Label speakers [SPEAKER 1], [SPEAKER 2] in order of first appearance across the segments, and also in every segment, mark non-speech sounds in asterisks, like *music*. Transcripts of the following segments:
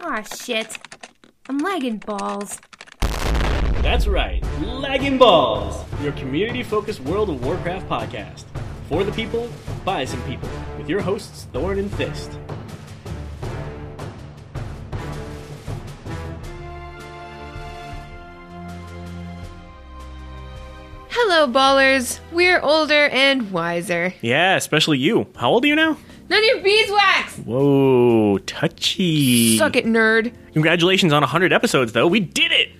[SPEAKER 1] Aw, shit. I'm lagging balls.
[SPEAKER 2] That's right, Lagging Balls, your community focused World of Warcraft podcast. For the people, by some people, with your hosts Thorn and Fist.
[SPEAKER 3] Hello, ballers. We're older and wiser.
[SPEAKER 2] Yeah, especially you. How old are you now?
[SPEAKER 3] None of your beeswax!
[SPEAKER 2] Whoa, touchy.
[SPEAKER 3] Suck it, nerd.
[SPEAKER 2] Congratulations on 100 episodes, though. We did it!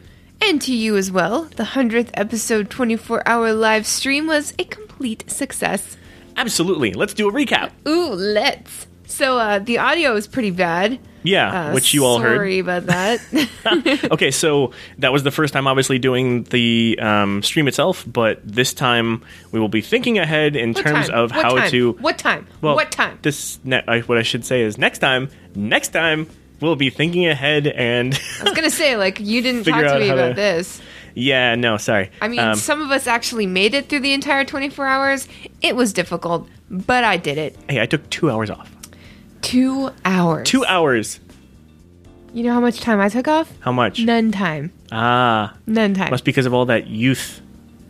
[SPEAKER 3] And to you as well. The 100th episode 24 hour live stream was a complete success.
[SPEAKER 2] Absolutely. Let's do a recap.
[SPEAKER 3] Ooh, let's. So, uh, the audio is pretty bad.
[SPEAKER 2] Yeah,
[SPEAKER 3] Uh,
[SPEAKER 2] which you all heard.
[SPEAKER 3] Sorry about that.
[SPEAKER 2] *laughs* okay, so that was the first time, obviously, doing the um, stream itself, but this time we will be thinking ahead in
[SPEAKER 3] What
[SPEAKER 2] terms
[SPEAKER 3] time?
[SPEAKER 2] of
[SPEAKER 3] What
[SPEAKER 2] how
[SPEAKER 3] time?
[SPEAKER 2] to.
[SPEAKER 3] What time?
[SPEAKER 2] Well,
[SPEAKER 3] what time?
[SPEAKER 2] This ne- I, what I should say is next time. Next time we'll be thinking ahead and *laughs*
[SPEAKER 3] I was gonna say, like, you didn't
[SPEAKER 2] Figure
[SPEAKER 3] talk to
[SPEAKER 2] out
[SPEAKER 3] me
[SPEAKER 2] how
[SPEAKER 3] about
[SPEAKER 2] to-
[SPEAKER 3] this.
[SPEAKER 2] yeah, no, sorry.
[SPEAKER 3] I mean,
[SPEAKER 2] Um,
[SPEAKER 3] some of us actually made it through the entire 24 hours. It was difficult, but I did it.
[SPEAKER 2] hey, I took two hours off.
[SPEAKER 3] Two hours.
[SPEAKER 2] Two hours.
[SPEAKER 3] You know how much time I took off?
[SPEAKER 2] How much?
[SPEAKER 3] None time.
[SPEAKER 2] Ah,
[SPEAKER 3] None time.
[SPEAKER 2] must be because of all that youth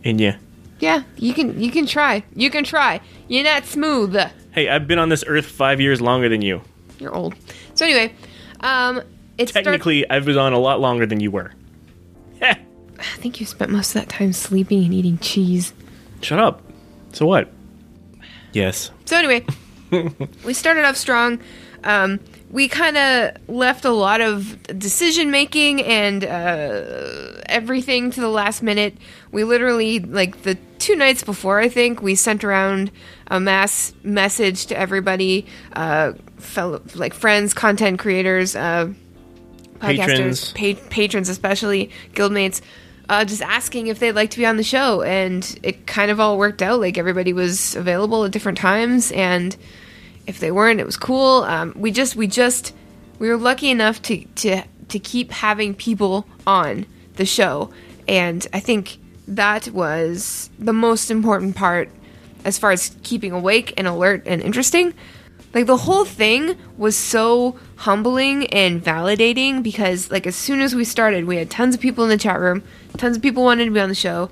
[SPEAKER 2] in you.
[SPEAKER 3] yeah, you can you can try. You can try. You're not smooth.
[SPEAKER 2] Hey, I've been on this earth five years longer than you.
[SPEAKER 3] You're old. So anyway, um, it start-
[SPEAKER 2] Technically, I've been on a lot longer than you were. *laughs* Heh.
[SPEAKER 3] I think you spent most of that time sleeping and eating cheese.
[SPEAKER 2] Shut up. So what?
[SPEAKER 3] *sighs*
[SPEAKER 2] Yes.
[SPEAKER 3] So anyway, we started off strong. Um, we kind of left a lot of decision making and uh, everything to the last minute. We literally, like the two nights before, I think we sent around a mass message to everybody, uh, fellow like friends, content creators, uh,
[SPEAKER 2] Patrons.
[SPEAKER 3] podcasters, pa- patrons especially, guildmates. Uh, just asking if they'd like to be on the show, and it kind of all worked out. Like everybody was available at different times, and if they weren't, it was cool. Um, we just we just we were lucky enough to to to keep having people on the show, and I think that was the most important part as far as keeping awake and alert and interesting. Like the whole thing was so humbling and validating because like as soon as we started, we had tons of people in the chat room, tons of people wanted to be on the show,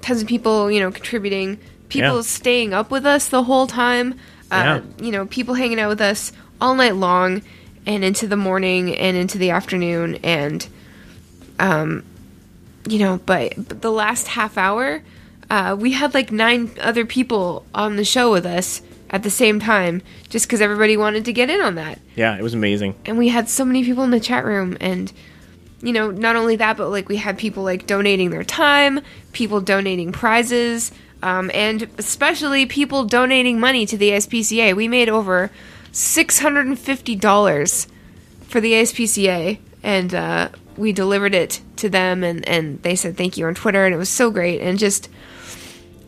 [SPEAKER 3] tons of people, you know, contributing, people
[SPEAKER 2] Yeah.
[SPEAKER 3] staying up with us the whole time. Uh, You know, people hanging out with us all night long and into the morning and into the afternoon and um, you know, but, but the last half hour, uh, we had like nine other people on the show with us at the same time, just because everybody wanted to get in on that.
[SPEAKER 2] Yeah, it was amazing.
[SPEAKER 3] And we had so many people in the chat room, and you know, not only that, but like we had people like donating their time, people donating prizes, um, and especially people donating money to the ASPCA. We made over six hundred and fifty dollars for the ASPCA, and uh, we delivered it to them, and, and they said thank you on Twitter, and it was so great, and just,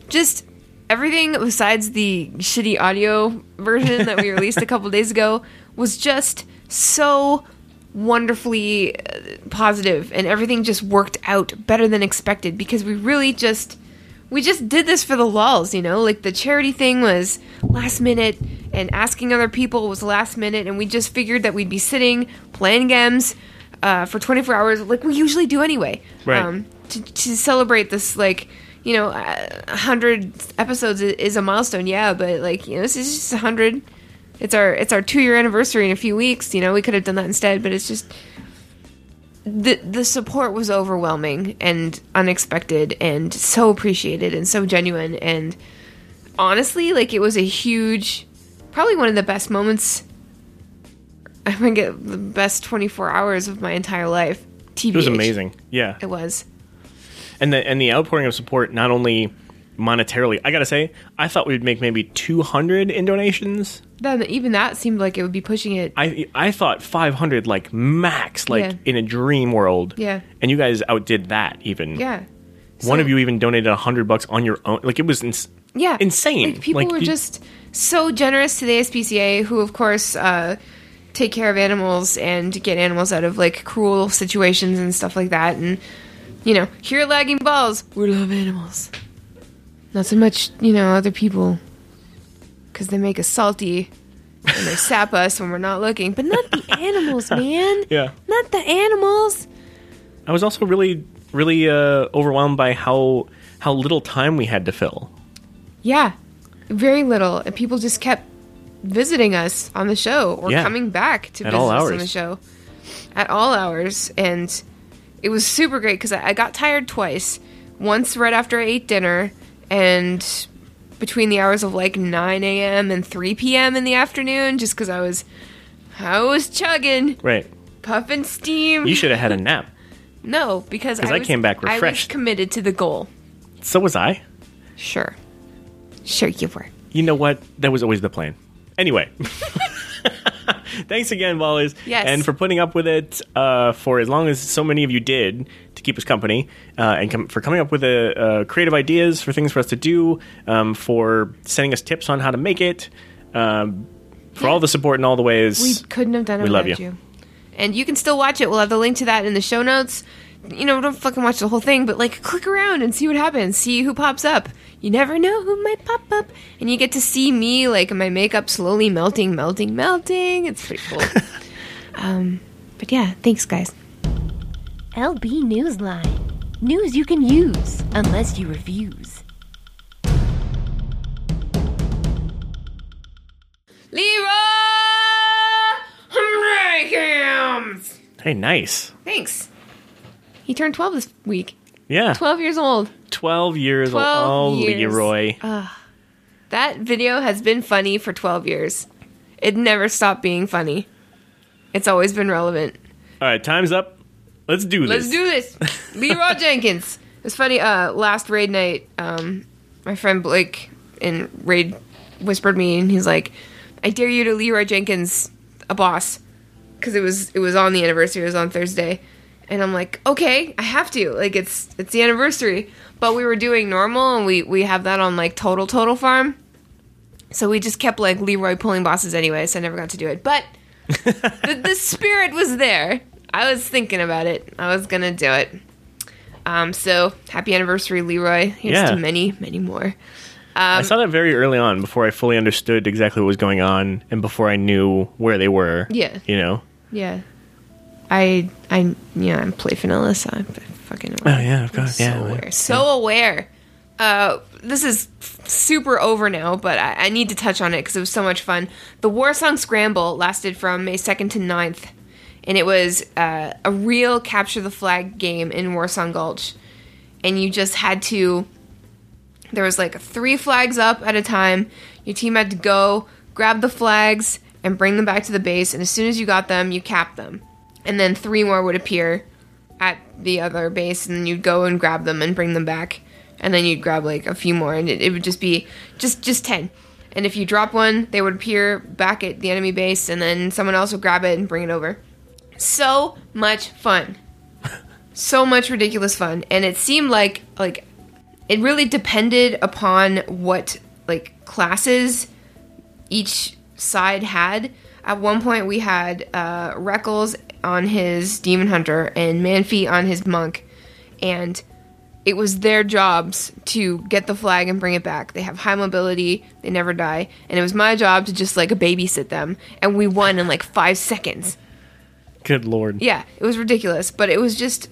[SPEAKER 3] just everything besides the shitty audio version that we released a couple days ago was just so wonderfully uh, positive, and everything just worked out better than expected because we really just we just did this for the lulls, you know? Like the charity thing was last minute and asking other people was last minute and we just figured that we'd be sitting playing games uh, for 24 hours like we usually do anyway. Um,
[SPEAKER 2] Right.
[SPEAKER 3] to, to celebrate this like you know, uh, 100 episodes i- is a milestone, yeah, but like, you know, this is just 100. It's our it's our 2-year anniversary in a few weeks, you know. We could have done that instead, but it's just the the support was overwhelming and unexpected and so appreciated and so genuine and honestly like it was a huge probably one of the best moments I think it- the best 24 hours of my entire life. TV.
[SPEAKER 2] It was amazing. Yeah.
[SPEAKER 3] It was.
[SPEAKER 2] and the and the outpouring of support not only monetarily i gotta say i thought we'd make maybe 200 in donations
[SPEAKER 3] Then even that seemed like it would be pushing it.
[SPEAKER 2] i i thought 500 like max like
[SPEAKER 3] Yeah.
[SPEAKER 2] in a dream world
[SPEAKER 3] Yeah.
[SPEAKER 2] and you guys outdid that even
[SPEAKER 3] Yeah.
[SPEAKER 2] one
[SPEAKER 3] So-
[SPEAKER 2] of you even donated 100 bucks on your own like it was ins-
[SPEAKER 3] yeah
[SPEAKER 2] insane
[SPEAKER 3] like, people
[SPEAKER 2] Like,
[SPEAKER 3] were
[SPEAKER 2] you-
[SPEAKER 3] just so generous to the aspca who of course uh, take care of animals and get animals out of like cruel situations and stuff like that and you know here at lagging balls we love animals not so much you know other people
[SPEAKER 2] *laughs*
[SPEAKER 3] because they make us salty and they sap us when we're not looking but not the animals, man.
[SPEAKER 2] Yeah.
[SPEAKER 3] Not the animals.
[SPEAKER 2] I was also really, really uh, overwhelmed by how how little time we had to fill.
[SPEAKER 3] Yeah. Very little. And people just kept visiting us on the show or
[SPEAKER 2] Yeah.
[SPEAKER 3] coming back to
[SPEAKER 2] At
[SPEAKER 3] visit
[SPEAKER 2] all
[SPEAKER 3] us on
[SPEAKER 2] hours.
[SPEAKER 3] the show at all hours. And it was super great because I, I got tired twice. Once right after I ate dinner, and between the hours of like 9 a.m. and 3 p.m. in the afternoon, just because I was. I was chugging,
[SPEAKER 2] Right.
[SPEAKER 3] puffing steam.
[SPEAKER 2] You should have had a nap.
[SPEAKER 3] No, because
[SPEAKER 2] 'Cause I
[SPEAKER 3] was-
[SPEAKER 2] came back
[SPEAKER 3] I was
[SPEAKER 2] refreshed.
[SPEAKER 3] committed to the goal.
[SPEAKER 2] So was I.
[SPEAKER 3] Sure, sure you were.
[SPEAKER 2] You know what? That was always the plan. Anyway. *laughs* Thanks again, Wallace.
[SPEAKER 3] Yes.
[SPEAKER 2] And for putting up with it uh, for as long as so many of you did to keep us company uh, and com- for coming up with uh, uh, creative ideas for things for us to do, um, for sending us tips on how to make it, um, for all the support in all the ways.
[SPEAKER 3] We couldn't have done it
[SPEAKER 2] We love
[SPEAKER 3] without
[SPEAKER 2] you.
[SPEAKER 3] you. And you can still watch it. We'll have the link to that in the show notes. You know, don't fucking watch the whole thing, but like click around and see what happens. See who pops up. You never know who might pop up, and you get to see me like my makeup slowly melting, melting, melting. It's pretty
[SPEAKER 2] *laughs*
[SPEAKER 3] cool. um, but yeah, thanks guys.
[SPEAKER 1] LB Newsline. News you can use, unless you refuse.
[SPEAKER 3] Leroy Hams.
[SPEAKER 2] hey, nice.
[SPEAKER 3] Thanks. He turned twelve this week.
[SPEAKER 2] Yeah. 12,
[SPEAKER 3] Twelve years old.
[SPEAKER 2] years
[SPEAKER 3] 12
[SPEAKER 2] old. Oh,
[SPEAKER 3] years. Uh,
[SPEAKER 2] Leroy.
[SPEAKER 3] That video has been funny for 12 years. It never stopped being funny. It's always been relevant.
[SPEAKER 2] all right, time's up. Let's do this.
[SPEAKER 3] Let's do *laughs* this. Leroy Jenkins. It's funny. Uh, last raid night, um, my friend Blake in raid whispered me, and he's like, "I dare you to Leroy Jenkins a boss," because it was it was on the anniversary. It was on Thursday, and I'm like, "Okay, I have to. Like, it's it's the anniversary." But we were doing normal, and we we have that on like total total farm. So we just kept like Leroy pulling bosses anyway, so I never got to do it. But the, the spirit was there. I was thinking about it. I was gonna do it. Um, so happy anniversary, Leroy. Here's
[SPEAKER 2] Yeah.
[SPEAKER 3] to many, many more.
[SPEAKER 2] I saw that very early on before I fully understood exactly what was going on and before I knew where they were.
[SPEAKER 3] Yeah.
[SPEAKER 2] You know?
[SPEAKER 3] Yeah. I I yeah, I'm play vanilla, so I'm f- fucking aware.
[SPEAKER 2] Oh, yeah, of course.
[SPEAKER 3] so aware. So aware. Uh, this is f- super over now, but I, I need to touch on it because it was so much fun. The War Song Scramble lasted from May 2nd to 9th, and it was uh, a real capture the flag game in War Song Gulch. And you just had to there was like three flags up at a time. Your team had to go grab the flags and bring them back to the base. And as soon as you got them, you capped them. And then three more would appear at the other base, and you'd go and grab them and bring them back. And then you'd grab like a few more, and it, it would just be just just ten. And if you drop one, they would appear back at the enemy base, and then someone else would grab it and bring it over. So much fun, so much ridiculous fun, and it seemed like like it really depended upon what like classes each side had. At one point, we had uh, Reckles on his demon hunter and Manfi on his monk, and it was their jobs to get the flag and bring it back. They have high mobility, they never die, and it was my job to just like babysit them, and we won in like five seconds.
[SPEAKER 2] Good lord.
[SPEAKER 3] Yeah, it was ridiculous, but it was just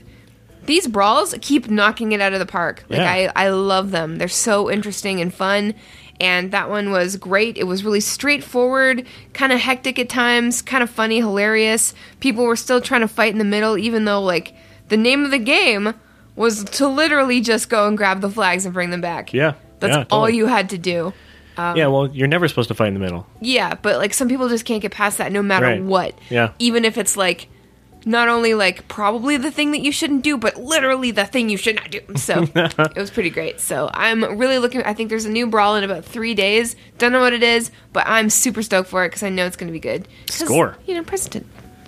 [SPEAKER 3] these brawls keep knocking it out of the park. Like
[SPEAKER 2] Yeah.
[SPEAKER 3] I, I love them. They're so interesting and fun. And that one was great. It was really straightforward, kind of hectic at times, kind of funny, hilarious. People were still trying to fight in the middle, even though like the name of the game was to literally just go and grab the flags and bring them back.
[SPEAKER 2] Yeah.
[SPEAKER 3] That's
[SPEAKER 2] Yeah,
[SPEAKER 3] all
[SPEAKER 2] totally.
[SPEAKER 3] you had to do.
[SPEAKER 2] yeah, well, you're never supposed to fight in the middle.
[SPEAKER 3] Yeah, but like some people just can't get past that no matter
[SPEAKER 2] Right.
[SPEAKER 3] what.
[SPEAKER 2] Yeah.
[SPEAKER 3] Even if it's like not only like probably the thing that you shouldn't do, but literally the thing you should not do. So
[SPEAKER 2] *laughs*
[SPEAKER 3] it was pretty great. So I'm really looking. I think there's a new brawl in about three days. Don't know what it is, but I'm super stoked for it because I know it's going to be good. 'Cause,
[SPEAKER 2] Score.
[SPEAKER 3] You know, precedent.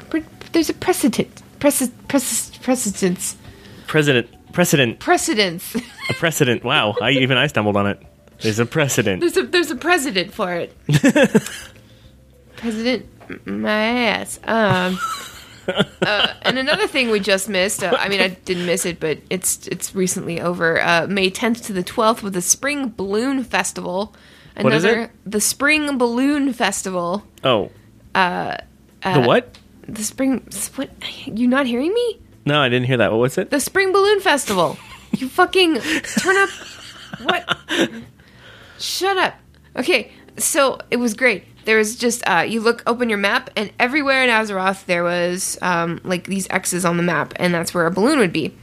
[SPEAKER 3] Pre- There's a precedent. Prece- prece- precedence.
[SPEAKER 2] President, precedent,
[SPEAKER 3] Precedence. *laughs*
[SPEAKER 2] a precedent. Wow, I even I stumbled on it. There's a precedent.
[SPEAKER 3] there's a there's a president
[SPEAKER 2] *laughs*
[SPEAKER 3] for it. president, m- my ass. Um, uh, and another thing we just missed. Uh, I mean, I didn't miss it, but it's it's recently over. Uh, May 10th to the 12th with the Spring Balloon Festival. Another
[SPEAKER 2] What is it?
[SPEAKER 3] the Spring Balloon Festival.
[SPEAKER 2] Oh. Uh, the what?
[SPEAKER 3] the spring. What? You not hearing me?
[SPEAKER 2] No, I didn't hear that. What was it?
[SPEAKER 3] The spring balloon festival. you fucking turn up. What? Shut up. Okay, so it was great. There was just uh, you look, open your map, and everywhere in Azeroth there was um, like these X's on the map, and that's where a balloon would be.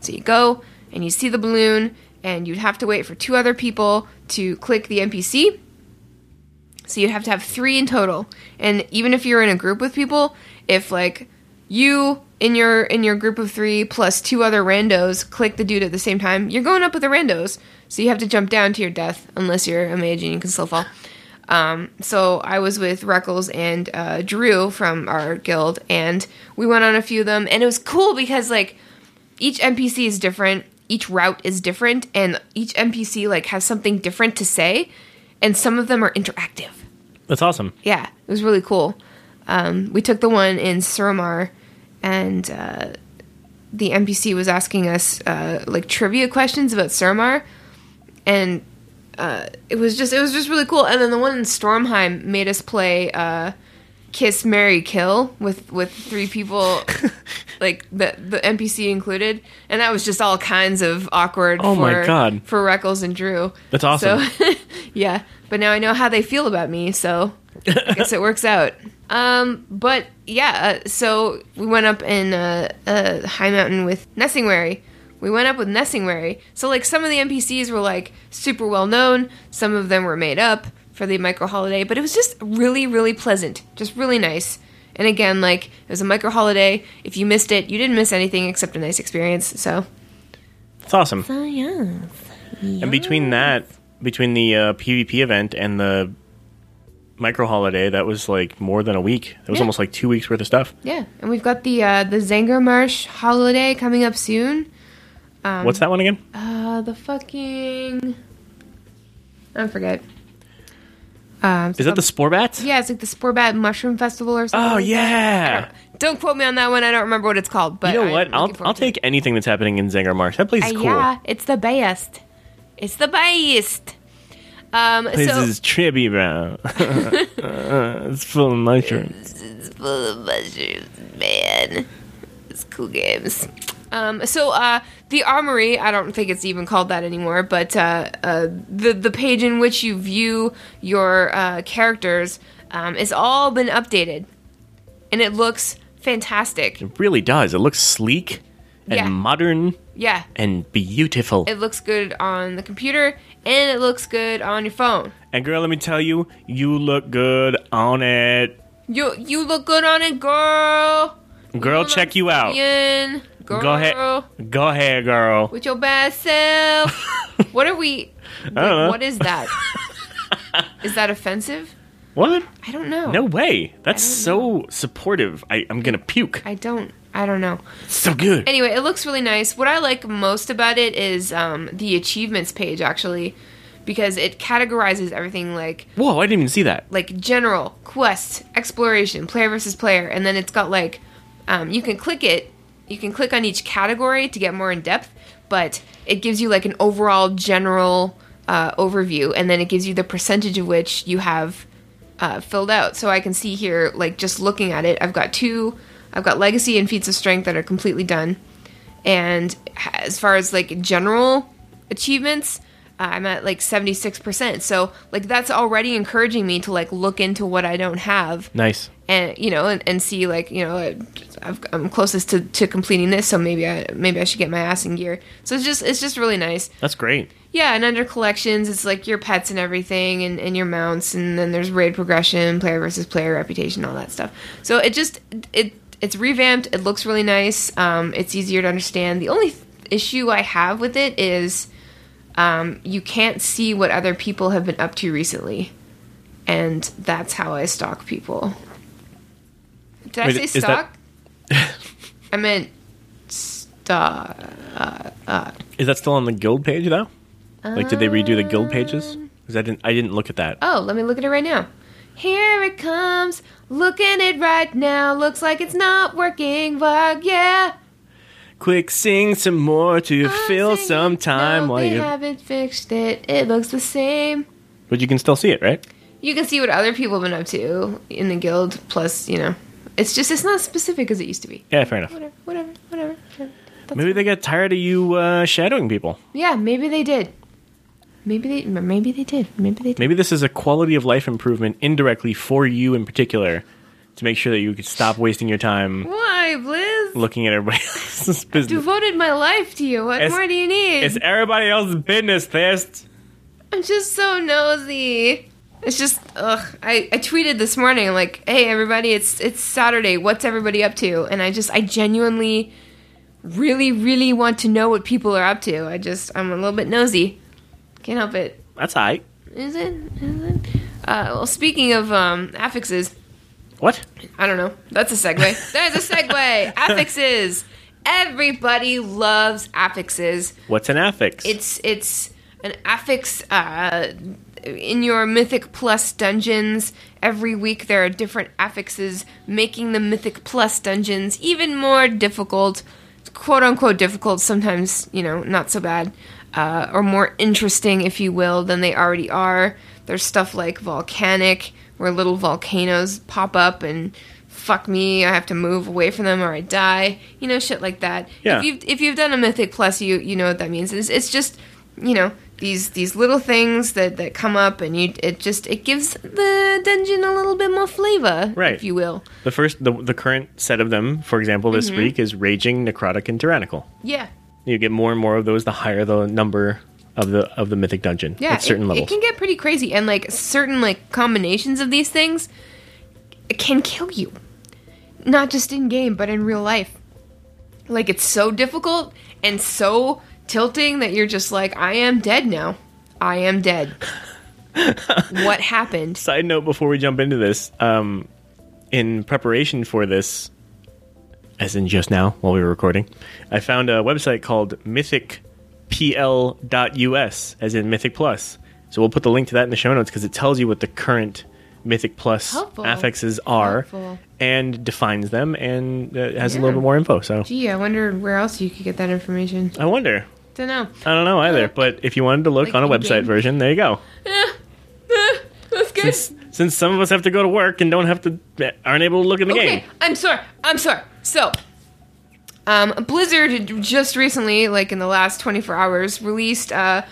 [SPEAKER 3] So you go and you see the balloon, and you'd have to wait for two other people to click the NPC. So you'd have to have three in total. And even if you're in a group with people, if like you in your in your group of three plus two other randos click the dude at the same time, you're going up with the randos. So you have to jump down to your death unless you're a mage and you can still fall. Um, so I was with Reckles and uh, Drew from our guild, and we went on a few of them, and it was cool because like each NPC is different, each route is different, and each NPC like has something different to say, and some of them are interactive.
[SPEAKER 2] That's awesome.
[SPEAKER 3] Yeah, it was really cool. Um, we took the one in Suramar, and uh, the NPC was asking us uh, like trivia questions about Suramar, and uh, it was just it was just really cool. And then the one in Stormheim made us play uh, Kiss, Mary, Kill with with
[SPEAKER 2] *laughs*
[SPEAKER 3] three people, like the the NPC included, and that was just all kinds of awkward.
[SPEAKER 2] Oh
[SPEAKER 3] for,
[SPEAKER 2] my God.
[SPEAKER 3] For Reckles and Drew,
[SPEAKER 2] That's awesome.
[SPEAKER 3] so, *laughs* yeah, but now I know how they feel about me, so I guess it
[SPEAKER 2] *laughs*
[SPEAKER 3] works out. Um, but yeah, uh, so we went up in uh, uh, High Mountain with Nessingwary. We went up with Nessingwary. So like some of the NPCs were like super well known. Some of them were made up for the micro holiday, but it was just really, really pleasant, just really nice. And again, like it was a micro holiday. If you missed it, you didn't miss anything except a nice experience. So
[SPEAKER 2] That's awesome.
[SPEAKER 1] So yes.
[SPEAKER 2] And between that, between the uh, PvP event and the micro holiday, that was like more than a week. That was
[SPEAKER 3] Yeah.
[SPEAKER 2] almost like two weeks worth of stuff.
[SPEAKER 3] Yeah, and we've got the uh, the Zanger Marsh holiday coming up soon. Um,
[SPEAKER 2] What's that one again?
[SPEAKER 3] Uh, the fucking I forget. Um,
[SPEAKER 2] Is that the spore bats?
[SPEAKER 3] Yeah, it's like the Sporbat Mushroom Festival or something.
[SPEAKER 2] Oh
[SPEAKER 3] like
[SPEAKER 2] yeah.
[SPEAKER 3] that. Don't quote me on that one. I don't remember what it's called. But
[SPEAKER 2] You know
[SPEAKER 3] I'm
[SPEAKER 2] what?
[SPEAKER 3] looking
[SPEAKER 2] I'll
[SPEAKER 3] forward
[SPEAKER 2] I'll
[SPEAKER 3] to it.
[SPEAKER 2] take anything that's happening in Zangar Marsh. That place is
[SPEAKER 3] Uh,
[SPEAKER 2] cool.
[SPEAKER 3] Yeah, it's the best. It's the best. Um,
[SPEAKER 2] This
[SPEAKER 3] so
[SPEAKER 2] is trippy,
[SPEAKER 3] *laughs*
[SPEAKER 2] bro. *laughs* Uh, it's full of mushrooms.
[SPEAKER 3] full of mushrooms, man. It's cool games. Um, so uh, the armory, I don't think it's even called that anymore, but uh, uh, the the page in which you view your uh, characters um, is all been updated, and it looks fantastic.
[SPEAKER 2] It really does. It looks sleek and
[SPEAKER 3] Yeah.
[SPEAKER 2] modern
[SPEAKER 3] Yeah,
[SPEAKER 2] and beautiful.
[SPEAKER 3] it looks good on the computer, and it looks good on your phone.
[SPEAKER 2] and girl, let me tell you, you look good on it.
[SPEAKER 3] You you look good on it, girl.
[SPEAKER 2] Girl, check you out.
[SPEAKER 3] Ian, girl.
[SPEAKER 2] Go ahead. Go ahead, girl. *laughs*
[SPEAKER 3] with your bad self. what are we?
[SPEAKER 2] know.
[SPEAKER 3] what is that? is that offensive?
[SPEAKER 2] What?
[SPEAKER 3] I don't know.
[SPEAKER 2] No way. That's so supportive. I, I'm gonna puke.
[SPEAKER 3] I don't. I don't know.
[SPEAKER 2] so good.
[SPEAKER 3] Anyway, it looks really nice. What I like most about it is um, the achievements page, actually, because it categorizes everything like
[SPEAKER 2] Whoa, I didn't even see that.
[SPEAKER 3] like general quest exploration player versus player and then it's got like um, you can click it you can click on each category to get more in depth but it gives you like an overall general uh, overview and then it gives you the percentage of which you have uh, filled out so i can see here like just looking at it i've got two i've got legacy and feats of strength that are completely done and h- as far as like general achievements uh, i'm at like 76% so like that's already encouraging me to like look into what i don't have
[SPEAKER 2] Nice.
[SPEAKER 3] and you know and, and see like you know I- I've, i'm closest to, to completing this so maybe i maybe i should get my ass in gear so it's just it's just really nice
[SPEAKER 2] That's great.
[SPEAKER 3] yeah, and under collections, it's like your pets and everything, and, and your mounts, and then there's raid progression, player versus player reputation, all that stuff. So it just it it's revamped. It looks really nice. Um, it's easier to understand. The only th- issue I have with it is um, you can't see what other people have been up to recently, and that's how I stalk people. Did
[SPEAKER 2] Wait,
[SPEAKER 3] I
[SPEAKER 2] is
[SPEAKER 3] say
[SPEAKER 2] that-
[SPEAKER 3] stalk?
[SPEAKER 2] *laughs*
[SPEAKER 3] I meant uh, stalk.
[SPEAKER 2] Is that still on the guild page though? Like, did they redo the guild pages? Because I didn't. I didn't look at that.
[SPEAKER 3] Oh, let me look at it right now. Here it comes. Looking it right now. Looks like it's not working, but yeah.
[SPEAKER 2] Quick, sing some more to fill
[SPEAKER 3] I'm singing.
[SPEAKER 2] some time
[SPEAKER 3] no,
[SPEAKER 2] while
[SPEAKER 3] they
[SPEAKER 2] you.
[SPEAKER 3] haven't fixed it. It looks the same.
[SPEAKER 2] But you can still see it, right?
[SPEAKER 3] You can see what other people have been up to in the guild, plus, you know, It's just it's not specific as it used to be.
[SPEAKER 2] Yeah, fair enough.
[SPEAKER 3] Whatever, whatever, whatever. whatever. That's
[SPEAKER 2] Maybe they got tired of you uh, shadowing people.
[SPEAKER 3] Yeah, maybe they did. Maybe they maybe they did. Maybe they did.
[SPEAKER 2] Maybe this is a quality of life improvement indirectly for you in particular to make sure that you could stop wasting your time
[SPEAKER 3] Why, Blizz?
[SPEAKER 2] looking at everybody *laughs* else's business.
[SPEAKER 3] Devoted my life to you. What
[SPEAKER 2] It's-
[SPEAKER 3] more do you need?
[SPEAKER 2] It's everybody else's business, Thist.
[SPEAKER 3] I'm just so nosy. It's just ugh. I, I tweeted this morning I'm like, "Hey everybody, it's it's Saturday. What's everybody up to?" And I just I genuinely really really want to know what people are up to. I just I'm a little bit nosy. Can't help it.
[SPEAKER 2] That's all right.
[SPEAKER 3] Is it? Is it? Uh, well, speaking of um, affixes,
[SPEAKER 2] What?
[SPEAKER 3] I don't know. That's a segue. There's a segue. affixes. Everybody loves affixes.
[SPEAKER 2] What's an affix?
[SPEAKER 3] It's it's an affix uh, in your Mythic Plus dungeons. Every week there are different affixes, making the Mythic Plus dungeons even more difficult, quote unquote difficult. Sometimes you know not so bad, uh, or more interesting, if you will, than they already are. There's stuff like volcanic, where little volcanoes pop up and fuck me, I have to move away from them or I die. You know, shit like that.
[SPEAKER 2] Yeah.
[SPEAKER 3] If you've if you've done a mythic plus, you you know what that means. It's, it's just you know these these little things that that come up, and you it just it gives the dungeon a little bit more flavor,
[SPEAKER 2] Right.
[SPEAKER 3] If you will.
[SPEAKER 2] the first, the, the current set of them, for example, this week is raging, necrotic, and tyrannical.
[SPEAKER 3] Yeah,
[SPEAKER 2] You get more and more of those the higher the number of the of the mythic dungeon
[SPEAKER 3] yeah.
[SPEAKER 2] at certain
[SPEAKER 3] it,
[SPEAKER 2] levels.
[SPEAKER 3] it can get pretty crazy, and like certain like combinations of these things can kill you, not just in game but in real life. Like it's so difficult and so tilting that you're just like, I am dead now. I
[SPEAKER 2] *laughs*
[SPEAKER 3] am dead. what happened?
[SPEAKER 2] Side note before we jump into this, um, in preparation for this, as in just now while we were recording, I found a website called mythicpl.us, as in Mythic Plus. So we'll put the link to that in the show notes because it tells you what the current Mythic Plus
[SPEAKER 3] Helpful.
[SPEAKER 2] affixes are
[SPEAKER 3] Helpful.
[SPEAKER 2] and defines them and uh, has a
[SPEAKER 3] Yeah.
[SPEAKER 2] little bit more info. So
[SPEAKER 3] Gee, I wonder where else you could get that information.
[SPEAKER 2] I wonder.
[SPEAKER 3] Don't know.
[SPEAKER 2] I don't know either, but if you wanted to look
[SPEAKER 3] Like
[SPEAKER 2] on a
[SPEAKER 3] in-game.
[SPEAKER 2] website version, there you go.
[SPEAKER 3] Eh, That's good.
[SPEAKER 2] Since, since some of us have to go to work and don't have to aren't able to look in the
[SPEAKER 3] okay,
[SPEAKER 2] game.
[SPEAKER 3] I'm sorry. I'm sorry. So, um, Blizzard just recently, like in the last 24 hours, released uh,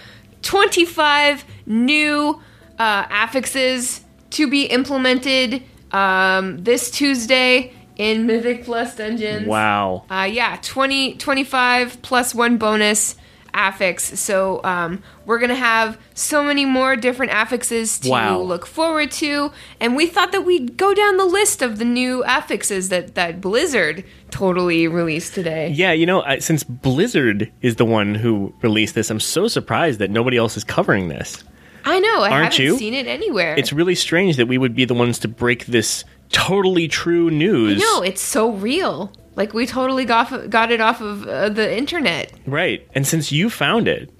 [SPEAKER 3] 25 new uh, affixes to be implemented um, this Tuesday in Mythic Plus Dungeons.
[SPEAKER 2] Wow.
[SPEAKER 3] Uh, yeah, 20, 25 plus one bonus affix. So um, we're going to have so many more different affixes to
[SPEAKER 2] Wow.
[SPEAKER 3] look forward to. And we thought that we'd go down the list of the new affixes that, that Blizzard totally released today.
[SPEAKER 2] Yeah, you know, I, since Blizzard is the one who released this, I'm so surprised that nobody else is covering this.
[SPEAKER 3] I know, I
[SPEAKER 2] Aren't
[SPEAKER 3] haven't
[SPEAKER 2] you?
[SPEAKER 3] seen it anywhere.
[SPEAKER 2] It's really strange that we would be the ones to break this totally true news.
[SPEAKER 3] no, it's so real. Like, we totally got, got it off of uh, the internet.
[SPEAKER 2] Right. And since you found it,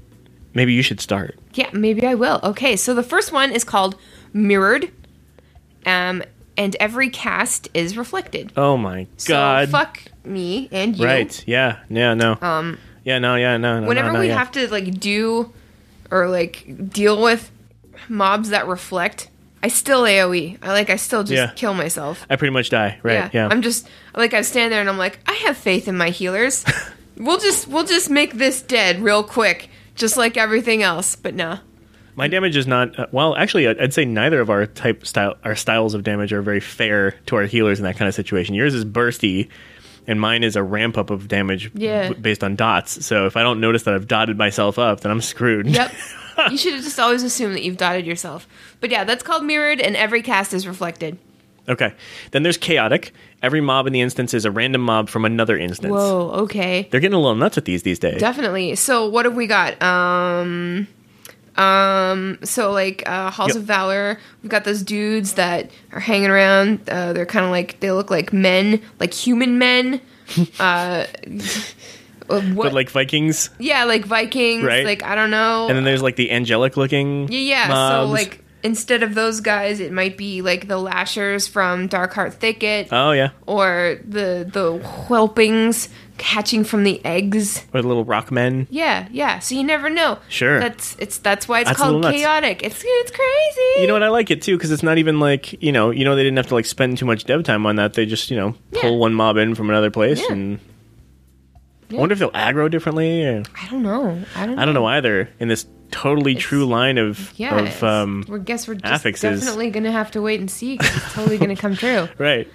[SPEAKER 2] maybe you should start.
[SPEAKER 3] Yeah, maybe I will. Okay, so the first one is called Mirrored. Um, and every cast is reflected.
[SPEAKER 2] Oh my
[SPEAKER 3] So
[SPEAKER 2] god.
[SPEAKER 3] fuck me and you.
[SPEAKER 2] right. Yeah. Yeah, no. Um Yeah, no, yeah, no, no.
[SPEAKER 3] Whenever
[SPEAKER 2] no, no,
[SPEAKER 3] we
[SPEAKER 2] yeah.
[SPEAKER 3] have to like do or like deal with mobs that reflect, I still AoE. I like I still just
[SPEAKER 2] Yeah.
[SPEAKER 3] kill myself.
[SPEAKER 2] I pretty much die. Right. Yeah.
[SPEAKER 3] I'm just like I stand there and I'm like, I have faith in
[SPEAKER 2] *laughs*
[SPEAKER 3] my healers. we'll just we'll just make this dead real quick, just like everything else. But nah.
[SPEAKER 2] My damage is not uh, well. Actually, I'd, I'd say neither of our type style, our styles of damage are very fair to our healers in that kind of situation. Yours is bursty, and mine is a ramp up of damage
[SPEAKER 3] Yeah.
[SPEAKER 2] based on dots. So if I don't notice that I've dotted myself up, then I'm screwed.
[SPEAKER 3] Yep. you should have just always assumed that you've dotted yourself. But yeah, that's called mirrored, and every cast is reflected.
[SPEAKER 2] *laughs* okay. Then there's chaotic. Every mob in the instance is a random mob from another instance.
[SPEAKER 3] Whoa. Okay.
[SPEAKER 2] They're getting a little nuts with these these days.
[SPEAKER 3] Definitely. So what have we got? Um um so like uh Halls
[SPEAKER 2] Yep.
[SPEAKER 3] of Valor, we've got those dudes that are hanging around. Uh they're kind of like they look like men, like
[SPEAKER 2] *laughs*
[SPEAKER 3] human men. uh uh, what
[SPEAKER 2] but like Vikings,
[SPEAKER 3] yeah, like Vikings,
[SPEAKER 2] Right.
[SPEAKER 3] like I don't know.
[SPEAKER 2] and then there's like the angelic looking.
[SPEAKER 3] yeah, yeah.
[SPEAKER 2] mobs.
[SPEAKER 3] So like instead of those guys, it might be like the lashers from Darkheart Thicket
[SPEAKER 2] Oh yeah,
[SPEAKER 3] or the the whelpings catching from the eggs.
[SPEAKER 2] or the little rock men.
[SPEAKER 3] Yeah, yeah. So you never know.
[SPEAKER 2] Sure.
[SPEAKER 3] That's it's that's why it's
[SPEAKER 2] That's a
[SPEAKER 3] called
[SPEAKER 2] little nuts.
[SPEAKER 3] chaotic. It's it's crazy.
[SPEAKER 2] You know what? I like it too because it's not even like you know, you know, they didn't have to like spend too much dev time on that. They just you know pull
[SPEAKER 3] Yeah.
[SPEAKER 2] one mob in from another place,
[SPEAKER 3] Yeah.
[SPEAKER 2] and
[SPEAKER 3] Yeah.
[SPEAKER 2] I wonder if they'll aggro differently. Or...
[SPEAKER 3] I don't know. I don't.
[SPEAKER 2] I don't know either. In this totally true line of
[SPEAKER 3] Yeah.
[SPEAKER 2] of um,
[SPEAKER 3] we guess we're just
[SPEAKER 2] affixes.
[SPEAKER 3] definitely gonna have to wait and see. 'cause it's totally gonna
[SPEAKER 2] *laughs*
[SPEAKER 3] come true.
[SPEAKER 2] right.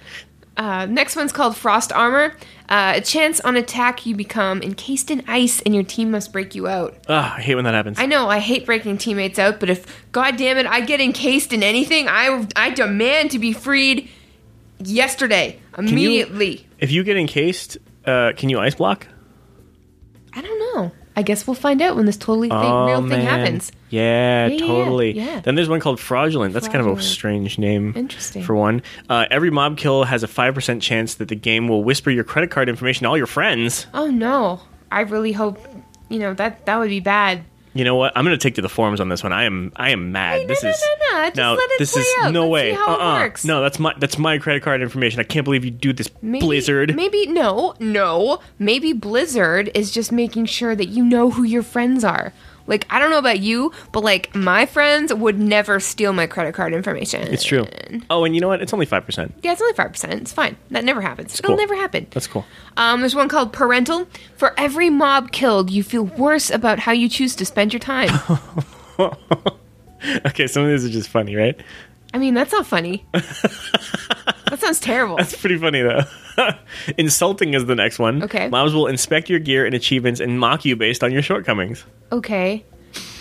[SPEAKER 3] Uh, next one's called Frost Armor. Uh, a chance on attack you become encased in ice, and your team must break you out.
[SPEAKER 2] Ah, I hate when that happens.
[SPEAKER 3] I know I hate breaking teammates out, but if God damn it, I get encased in anything, I I demand to be freed yesterday, immediately.
[SPEAKER 2] if you get encased, uh, can you ice block?
[SPEAKER 3] I don't know. I guess we'll find out when this totally thing,
[SPEAKER 2] Oh,
[SPEAKER 3] real thing happens.
[SPEAKER 2] Yeah,
[SPEAKER 3] yeah,
[SPEAKER 2] totally.
[SPEAKER 3] yeah.
[SPEAKER 2] Then there's one called fraudulent. That's kind of a
[SPEAKER 3] Fraudulent.
[SPEAKER 2] strange name.
[SPEAKER 3] Interesting.
[SPEAKER 2] For one, uh, every mob kill has a five percent chance that the game will whisper your credit card information to all your friends.
[SPEAKER 3] Oh no! I really hope you know that that would be bad.
[SPEAKER 2] You know what? I'm gonna take to the forums on this one. I am. I am mad.
[SPEAKER 3] no,
[SPEAKER 2] this
[SPEAKER 3] no,
[SPEAKER 2] is
[SPEAKER 3] no, no. Just
[SPEAKER 2] now,
[SPEAKER 3] let it
[SPEAKER 2] this
[SPEAKER 3] play
[SPEAKER 2] is
[SPEAKER 3] out.
[SPEAKER 2] no
[SPEAKER 3] Let's
[SPEAKER 2] way.
[SPEAKER 3] see how it
[SPEAKER 2] uh-uh.
[SPEAKER 3] works.
[SPEAKER 2] No, that's my that's my credit card information. I can't believe you do this,
[SPEAKER 3] Maybe-
[SPEAKER 2] Blizzard.
[SPEAKER 3] Maybe no, no. Maybe Blizzard is just making sure that you know who your friends are. Like I don't know about you, but like my friends would never steal my credit card information.
[SPEAKER 2] It's true. Oh, and you know what? It's only five percent.
[SPEAKER 3] Yeah, it's only five percent. It's fine. That never happens. It'll
[SPEAKER 2] cool.
[SPEAKER 3] never happen.
[SPEAKER 2] That's cool.
[SPEAKER 3] Um, there's one called parental. For every mob killed, you feel worse about how you choose to spend
[SPEAKER 2] *laughs*
[SPEAKER 3] your time.
[SPEAKER 2] *laughs* Okay, some of these are just funny, right?
[SPEAKER 3] I mean, that's
[SPEAKER 2] *laughs*
[SPEAKER 3] not funny. that sounds terrible.
[SPEAKER 2] It's pretty funny though. *laughs* Insulting is the next one.
[SPEAKER 3] Okay.
[SPEAKER 2] Mobs will inspect your gear and achievements and mock you based on your shortcomings.
[SPEAKER 3] Okay.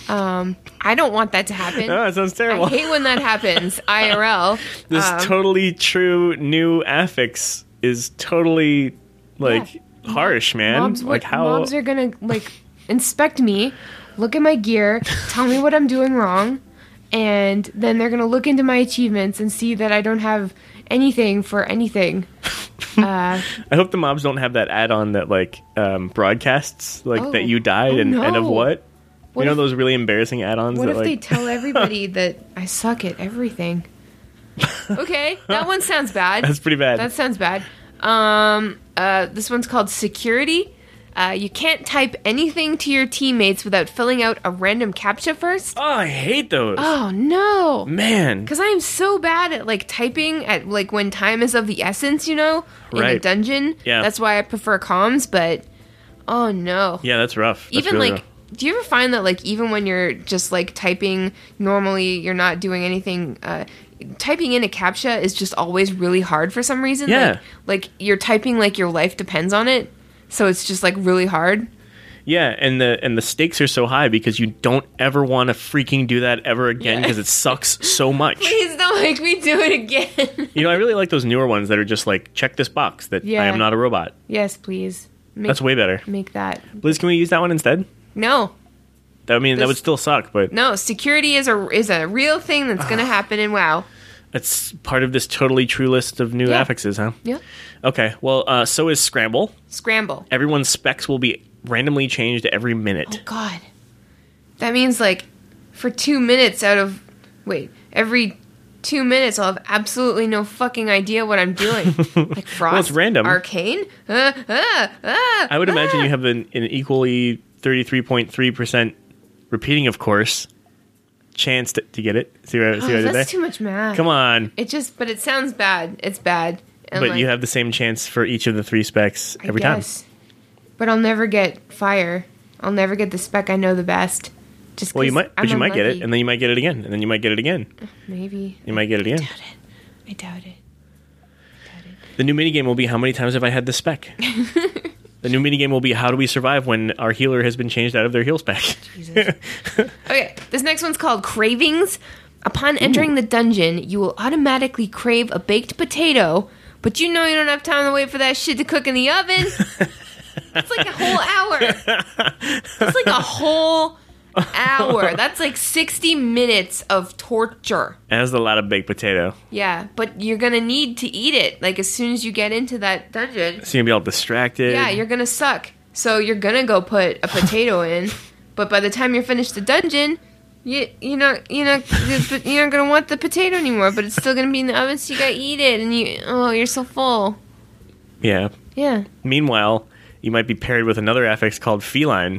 [SPEAKER 3] Um, I don't want that to happen.
[SPEAKER 2] Oh, that sounds terrible.
[SPEAKER 3] I hate when that happens. IRL.
[SPEAKER 2] *laughs* this
[SPEAKER 3] Um,
[SPEAKER 2] totally true new affix is totally like harsh, man.
[SPEAKER 3] mobs,
[SPEAKER 2] like
[SPEAKER 3] would-
[SPEAKER 2] how
[SPEAKER 3] mobs are gonna like inspect me, look at my gear, tell me what I'm doing wrong, and then they're gonna look into my achievements and see that I don't have anything
[SPEAKER 2] *laughs*
[SPEAKER 3] for anything. Uh,
[SPEAKER 2] I hope the mobs don't have that add-on that like um, broadcasts like
[SPEAKER 3] Oh.
[SPEAKER 2] that you died
[SPEAKER 3] Oh,
[SPEAKER 2] and, and of
[SPEAKER 3] no.
[SPEAKER 2] what?
[SPEAKER 3] What
[SPEAKER 2] you know
[SPEAKER 3] if-
[SPEAKER 2] those really embarrassing add-ons
[SPEAKER 3] what
[SPEAKER 2] that
[SPEAKER 3] if
[SPEAKER 2] like
[SPEAKER 3] they tell everybody that I suck at everything? Okay, that one sounds
[SPEAKER 2] *laughs*
[SPEAKER 3] bad.
[SPEAKER 2] that's pretty bad.
[SPEAKER 3] That sounds bad. Um, uh, this one's called security. Uh, you can't type anything to your teammates without filling out a random captcha first.
[SPEAKER 2] oh, I hate those.
[SPEAKER 3] Oh no!
[SPEAKER 2] man.
[SPEAKER 3] Because I am so bad at like typing at like when time is of the essence, you know, in a
[SPEAKER 2] Right.
[SPEAKER 3] dungeon.
[SPEAKER 2] Yeah.
[SPEAKER 3] That's why I prefer comms. But oh no!
[SPEAKER 2] Yeah, that's rough. That's
[SPEAKER 3] even
[SPEAKER 2] really
[SPEAKER 3] like,
[SPEAKER 2] rough.
[SPEAKER 3] do you ever find that like even when you're just like typing normally, you're not doing anything. Uh, typing in a captcha is just always really hard for some reason.
[SPEAKER 2] Yeah.
[SPEAKER 3] Like, like you're typing like your life depends on it, so it's just like really hard.
[SPEAKER 2] Yeah, and the and the stakes are so high because you don't ever want to freaking do that ever again
[SPEAKER 3] Yeah.
[SPEAKER 2] because it sucks
[SPEAKER 3] *laughs*
[SPEAKER 2] so much.
[SPEAKER 3] Please don't make me do it again.
[SPEAKER 2] you know, I really like those newer ones that are just like check this box that I
[SPEAKER 3] Yeah.
[SPEAKER 2] am not a robot.
[SPEAKER 3] *laughs* yes, please. Make,
[SPEAKER 2] That's way better.
[SPEAKER 3] *laughs* make that
[SPEAKER 2] Liz, can we use that one instead?
[SPEAKER 3] no.
[SPEAKER 2] I mean, that
[SPEAKER 3] This-
[SPEAKER 2] would still suck, but
[SPEAKER 3] No, security is a is a real thing that's
[SPEAKER 2] *sighs*
[SPEAKER 3] going to happen in WoW.
[SPEAKER 2] that's part of this totally true list of new
[SPEAKER 3] Yeah.
[SPEAKER 2] affixes, huh?
[SPEAKER 3] Yeah.
[SPEAKER 2] Okay. Well, uh, so is scramble.
[SPEAKER 3] Scramble.
[SPEAKER 2] Everyone's specs will be randomly changed every minute.
[SPEAKER 3] Oh, God. That means like for 2 minutes out of wait, every 2 minutes I'll have absolutely no fucking idea what
[SPEAKER 2] *laughs*
[SPEAKER 3] I'm doing. like frost.
[SPEAKER 2] random.
[SPEAKER 3] Arcane? Uh, uh, uh,
[SPEAKER 2] I would imagine you have an, an equally thirty-three point three percent repeating, of course, chance to, to get it. See what, see what I
[SPEAKER 3] oh,
[SPEAKER 2] did there?
[SPEAKER 3] that's too much math.
[SPEAKER 2] Come on,
[SPEAKER 3] It just but it sounds bad. It's bad. And
[SPEAKER 2] but
[SPEAKER 3] like,
[SPEAKER 2] you have the same chance for each of the three specs
[SPEAKER 3] I
[SPEAKER 2] every
[SPEAKER 3] guess. But I'll never get fire. I'll never get the spec I know the best. Just
[SPEAKER 2] time. Well, you
[SPEAKER 3] 'cause
[SPEAKER 2] might, but
[SPEAKER 3] I'm
[SPEAKER 2] you might get it,
[SPEAKER 3] unlucky.
[SPEAKER 2] and then you might get it again, and then you might get it again.
[SPEAKER 3] maybe
[SPEAKER 2] You might get it again.
[SPEAKER 3] I doubt it.
[SPEAKER 2] The new minigame will be how many times have I had this
[SPEAKER 3] *laughs*
[SPEAKER 2] spec? the new minigame will be how do we survive when our healer has been changed out of their heal spec?
[SPEAKER 3] Okay, this next one's called Cravings. Upon entering the dungeon, you will automatically crave a baked potato, but you know you don't have time to wait for that shit to cook in the oven. It's like a whole hour. It's like a whole hour. That's like 60 minutes of torture.
[SPEAKER 2] As the lot of baked potato.
[SPEAKER 3] Yeah, but you're gonna need to eat it, like, as soon as you get into that dungeon.
[SPEAKER 2] So you're gonna be all distracted.
[SPEAKER 3] Yeah, you're gonna suck. So you're gonna go put a potato in, but by the time you're finished the dungeon, You you know you know you're not gonna want the potato anymore, but it's still gonna be in the oven, so you gotta eat it. And you oh, you're so full.
[SPEAKER 2] Yeah.
[SPEAKER 3] Yeah.
[SPEAKER 2] Meanwhile, you might be paired with another affix called feline,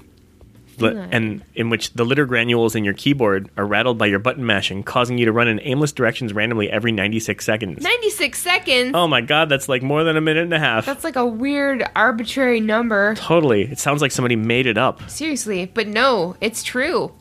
[SPEAKER 2] li-
[SPEAKER 3] Feline.
[SPEAKER 2] and in which the litter granules in your keyboard are rattled by your button mashing, causing you to run in aimless directions randomly every 96 seconds.
[SPEAKER 3] Ninety six seconds.
[SPEAKER 2] Oh my god, that's like more than a minute and a half.
[SPEAKER 3] That's like a weird arbitrary number.
[SPEAKER 2] totally. It sounds like somebody made it up.
[SPEAKER 3] Seriously, but no, it's true.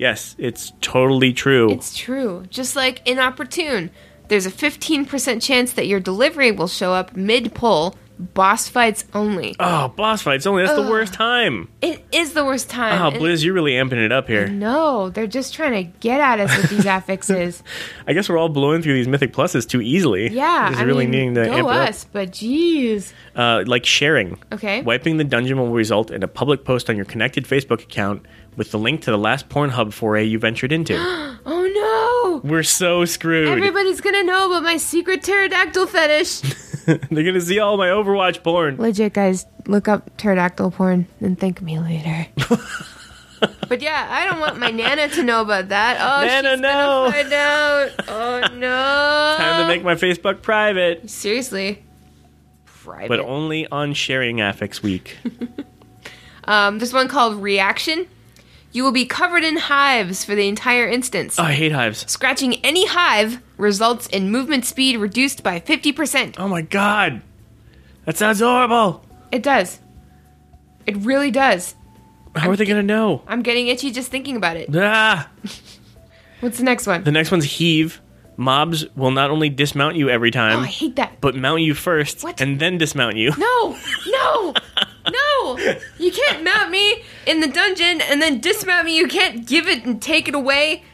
[SPEAKER 2] Yes, it's totally true.
[SPEAKER 3] It's true. Just like inopportune. There's a 15% chance that your delivery will show up mid pull, boss fights only.
[SPEAKER 2] oh, boss fights only. That's the worst time.
[SPEAKER 3] It is Mm-hmm. the worst time.
[SPEAKER 2] Oh,
[SPEAKER 3] And-
[SPEAKER 2] Blizz, you're really amping it up here.
[SPEAKER 3] No, they're just trying to get at us
[SPEAKER 2] *laughs*
[SPEAKER 3] with these affixes.
[SPEAKER 2] I guess we're all blowing through these mythic pluses too easily.
[SPEAKER 3] Yeah,
[SPEAKER 2] This is
[SPEAKER 3] I
[SPEAKER 2] really
[SPEAKER 3] mean,
[SPEAKER 2] needing to
[SPEAKER 3] go
[SPEAKER 2] amp it up.
[SPEAKER 3] us, but jeez.
[SPEAKER 2] uh, like sharing.
[SPEAKER 3] Okay.
[SPEAKER 2] Wiping the dungeon will result in a public post on your connected Facebook account with the link to the last Pornhub foray you ventured
[SPEAKER 3] *gasps*
[SPEAKER 2] into.
[SPEAKER 3] Oh no!
[SPEAKER 2] We're so screwed.
[SPEAKER 3] Everybody's gonna know about my secret pterodactyl fetish.
[SPEAKER 2] *laughs* They're gonna see all my Overwatch porn.
[SPEAKER 3] Legit, guys, look up pterodactyl porn and thank
[SPEAKER 2] *laughs*
[SPEAKER 3] me later. but yeah, I don't want my nana to know about that. Oh,
[SPEAKER 2] Nana,
[SPEAKER 3] she's
[SPEAKER 2] no.
[SPEAKER 3] gonna find out. Oh
[SPEAKER 2] *laughs*
[SPEAKER 3] no!
[SPEAKER 2] Time to make my Facebook private,
[SPEAKER 3] seriously private.
[SPEAKER 2] but only on sharing affix
[SPEAKER 3] *laughs*
[SPEAKER 2] week.
[SPEAKER 3] um, there's one called reaction. You will be covered in hives for the entire instance.
[SPEAKER 2] Oh, I hate hives.
[SPEAKER 3] Scratching any hive results in movement speed reduced by fifty percent.
[SPEAKER 2] Oh my god, that sounds horrible.
[SPEAKER 3] It does. It really does.
[SPEAKER 2] How are they gonna know?
[SPEAKER 3] I'm getting itchy just thinking about it.
[SPEAKER 2] Ah,
[SPEAKER 3] What's the next one?
[SPEAKER 2] the next one's heave. Mobs will not only dismount you every time,
[SPEAKER 3] Oh, I hate that.
[SPEAKER 2] but mount you first
[SPEAKER 3] What?
[SPEAKER 2] and then dismount you.
[SPEAKER 3] No, no, *laughs* no! You can't mount me in the dungeon and then dismount me. You can't give it and take it away.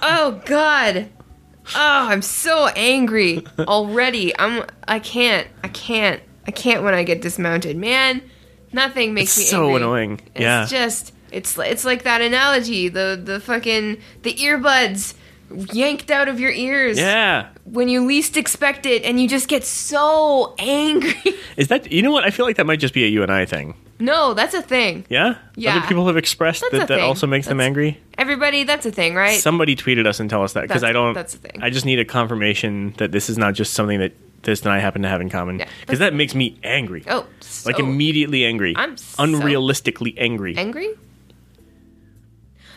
[SPEAKER 3] Oh God! Oh, I'm so angry already. I'm. I can't. I can't. I can't when I get dismounted, man. Nothing makes me
[SPEAKER 2] It's so
[SPEAKER 3] angry.
[SPEAKER 2] annoying.
[SPEAKER 3] It's
[SPEAKER 2] yeah.
[SPEAKER 3] just. It's. li- It's like that analogy. The the fucking the earbuds yanked out of your
[SPEAKER 2] *laughs*
[SPEAKER 3] ears
[SPEAKER 2] yeah.
[SPEAKER 3] when you least expect it, and you just get so angry. *laughs*
[SPEAKER 2] Is that you know what? I feel like that might just be a you and I thing.
[SPEAKER 3] No, that's a thing.
[SPEAKER 2] Yeah.
[SPEAKER 3] Yeah.
[SPEAKER 2] Other people have expressed
[SPEAKER 3] That's a
[SPEAKER 2] that that
[SPEAKER 3] thing.
[SPEAKER 2] also makes them
[SPEAKER 3] That's-
[SPEAKER 2] angry.
[SPEAKER 3] Everybody, that's a thing, right?
[SPEAKER 2] Somebody tweeted us and tell us that because
[SPEAKER 3] That's-
[SPEAKER 2] I don't.
[SPEAKER 3] that's a thing.
[SPEAKER 2] I just need a confirmation that this is not just something that this and I happen to have in common
[SPEAKER 3] Yeah.
[SPEAKER 2] because that makes me angry.
[SPEAKER 3] oh, so
[SPEAKER 2] Like immediately angry.
[SPEAKER 3] I'm so
[SPEAKER 2] unrealistically angry.
[SPEAKER 3] angry.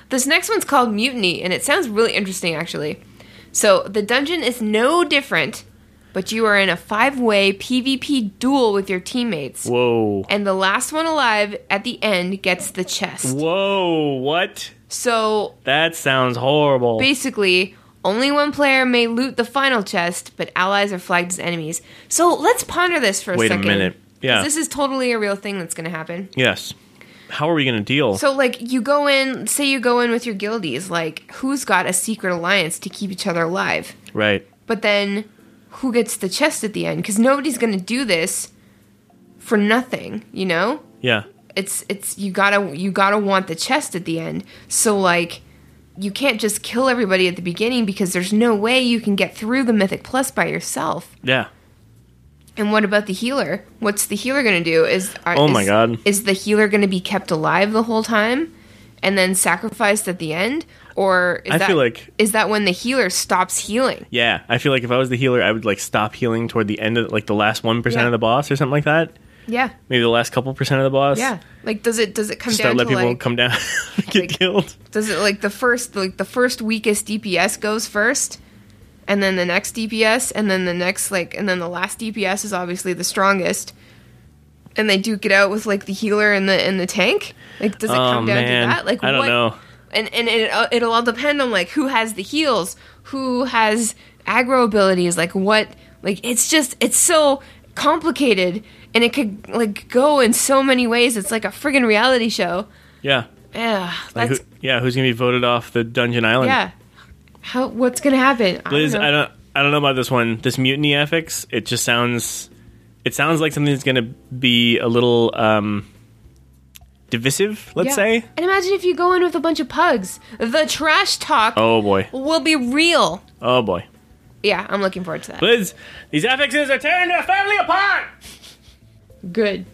[SPEAKER 3] This next one's called Mutiny, and it sounds really interesting, actually. So the dungeon is no different, but you are in a five-way PvP duel with your teammates,
[SPEAKER 2] Whoa.
[SPEAKER 3] and the last one alive at the end gets the chest.
[SPEAKER 2] Whoa. What?
[SPEAKER 3] So
[SPEAKER 2] That sounds horrible.
[SPEAKER 3] Basically, only one player may loot the final chest, but allies are flagged as enemies. So let's ponder this for a
[SPEAKER 2] Wait a
[SPEAKER 3] second.
[SPEAKER 2] minute.
[SPEAKER 3] 'Cause
[SPEAKER 2] Yeah.
[SPEAKER 3] This is totally a real thing that's going to happen.
[SPEAKER 2] yes. How are we going to deal?
[SPEAKER 3] So, like, you go in, say you go in with your guildies, like, who's got a secret alliance to keep each other alive?
[SPEAKER 2] right.
[SPEAKER 3] But then, who gets the chest at the end? Because nobody's going to do this for nothing, you know?
[SPEAKER 2] Yeah.
[SPEAKER 3] it's it's you gotta you gotta want the chest at the end so like you can't just kill everybody at the beginning because there's no way you can get through the mythic plus by yourself
[SPEAKER 2] Yeah.
[SPEAKER 3] and what about the healer what's the healer gonna do is are,
[SPEAKER 2] Oh my
[SPEAKER 3] is-
[SPEAKER 2] God.
[SPEAKER 3] is the healer gonna be kept alive the whole time and then sacrificed at the end or is
[SPEAKER 2] I
[SPEAKER 3] that,
[SPEAKER 2] feel like-
[SPEAKER 3] is that when the healer stops healing
[SPEAKER 2] Yeah, I feel like if I was the healer, I would like stop healing toward the end of like the last one
[SPEAKER 3] Yeah.
[SPEAKER 2] of the boss or something like that.
[SPEAKER 3] yeah
[SPEAKER 2] Maybe the last couple percent of the boss.
[SPEAKER 3] yeah like does it does it come
[SPEAKER 2] just
[SPEAKER 3] down
[SPEAKER 2] to let
[SPEAKER 3] to
[SPEAKER 2] people
[SPEAKER 3] like
[SPEAKER 2] come down, *laughs* and get
[SPEAKER 3] like-
[SPEAKER 2] killed.
[SPEAKER 3] Does it like the first like the first weakest DPS goes first, and then the next DPS, and then the next like and then the last DPS is obviously the strongest. And they duke it out with like the healer and the and the tank. Like, does it
[SPEAKER 2] Oh
[SPEAKER 3] come down
[SPEAKER 2] man,
[SPEAKER 3] to that? Like,
[SPEAKER 2] I don't
[SPEAKER 3] what?
[SPEAKER 2] know.
[SPEAKER 3] And and it uh, it'll all depend on like who has the heals, who has aggro abilities, like what. Like, it's just it's so complicated, and it could like go in so many ways. It's like a friggin' reality show.
[SPEAKER 2] Yeah,
[SPEAKER 3] Yeah,
[SPEAKER 2] Like,
[SPEAKER 3] that's
[SPEAKER 2] who- yeah. Who's gonna be voted off the dungeon island?
[SPEAKER 3] yeah. How? What's gonna happen?
[SPEAKER 2] Liz,
[SPEAKER 3] know.
[SPEAKER 2] I don't, I don't know about this one. This mutiny affix. It just sounds, it sounds like something that's gonna be a little um divisive. Let's
[SPEAKER 3] Yeah.
[SPEAKER 2] say.
[SPEAKER 3] And imagine if you go in with a bunch of pugs. The trash talk
[SPEAKER 2] Oh boy.
[SPEAKER 3] will be real.
[SPEAKER 2] Oh boy.
[SPEAKER 3] Yeah, I'm looking forward to that.
[SPEAKER 2] Liz, these affixes are tearing their family apart.
[SPEAKER 3] Good.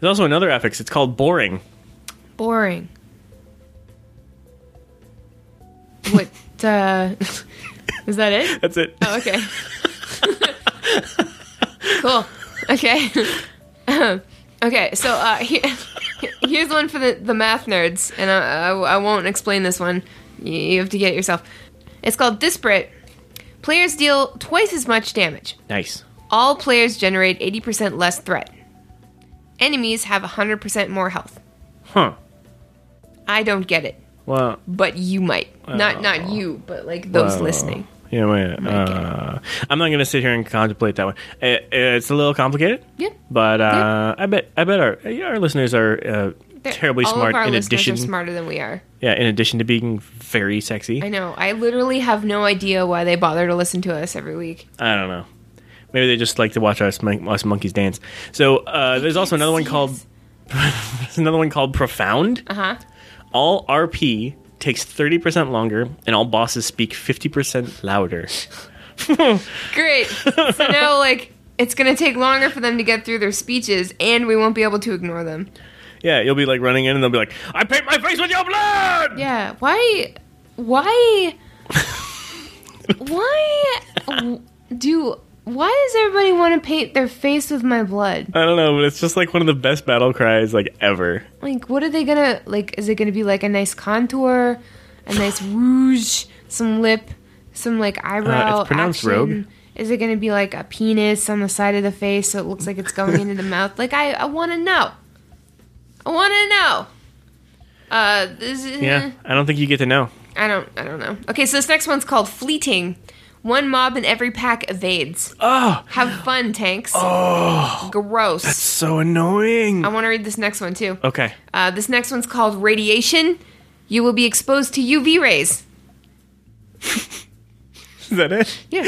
[SPEAKER 2] There's also another affix. It's called boring.
[SPEAKER 3] Boring. What? *laughs* uh, is that it?
[SPEAKER 2] That's it.
[SPEAKER 3] Oh, okay. cool. Okay. *laughs* Um, okay. So uh, he- *laughs* here's one for the, the math nerds, and I, I, I won't explain this one. You, you have to get it yourself. It's called Disparate. Players deal twice as much damage.
[SPEAKER 2] *laughs* Nice.
[SPEAKER 3] All players generate 80% less threat. Enemies have 100% more health.
[SPEAKER 2] Huh.
[SPEAKER 3] I don't get it,
[SPEAKER 2] Well,
[SPEAKER 3] but you might. Not
[SPEAKER 2] Oh.
[SPEAKER 3] not you, but like those
[SPEAKER 2] Wow.
[SPEAKER 3] listening.
[SPEAKER 2] yeah, wait, uh, I'm not gonna sit here and contemplate that one. I- it's a little complicated,
[SPEAKER 3] Yeah.
[SPEAKER 2] but uh, I bet I bet our yeah, our listeners are uh,
[SPEAKER 3] They're-
[SPEAKER 2] terribly
[SPEAKER 3] all
[SPEAKER 2] smart.
[SPEAKER 3] Of our
[SPEAKER 2] in
[SPEAKER 3] listeners
[SPEAKER 2] addition,
[SPEAKER 3] are smarter than we are.
[SPEAKER 2] yeah, in addition to being very sexy,
[SPEAKER 3] I know. I literally have no idea why they bother to listen to us every week.
[SPEAKER 2] I don't know. Maybe they just like to watch us, mon- us monkeys dance. So uh, there's also another one
[SPEAKER 3] see
[SPEAKER 2] called *laughs* there's another one called Profound.
[SPEAKER 3] Uh huh.
[SPEAKER 2] All RP takes 30% longer, and all bosses speak 50% louder. *laughs*
[SPEAKER 3] Great. So now, like, it's gonna take longer for them to get through their speeches, and we won't be able to ignore them.
[SPEAKER 2] Yeah, you'll be like running in, and they'll be like, "I paint my face with your blood."
[SPEAKER 3] Yeah. Why? Why? why w- do? Why does everybody want to paint their face with my blood?
[SPEAKER 2] *laughs* I don't know, but it's just like one of the best battle cries like ever.
[SPEAKER 3] Like, what are they gonna like? Is it gonna be like a nice contour, a nice rouge, some lip, some like eyebrow?
[SPEAKER 2] Uh, pronounced
[SPEAKER 3] action?
[SPEAKER 2] rogue.
[SPEAKER 3] Is it gonna be like a penis on the side of the face so it looks like it's going into the mouth? Like, I, I want to know. I want to know. Uh, this is,
[SPEAKER 2] Yeah, I don't think you get to know.
[SPEAKER 3] I don't. I don't know. Okay, so this next one's called fleeting. One mob in every pack evades.
[SPEAKER 2] Oh,
[SPEAKER 3] Have fun, tanks.
[SPEAKER 2] oh,
[SPEAKER 3] Gross.
[SPEAKER 2] so annoying.
[SPEAKER 3] I want to read this next one too.
[SPEAKER 2] Okay,
[SPEAKER 3] Uh, this next one's called Radiation. You will be exposed to UV rays.
[SPEAKER 2] is that it?
[SPEAKER 3] Yeah.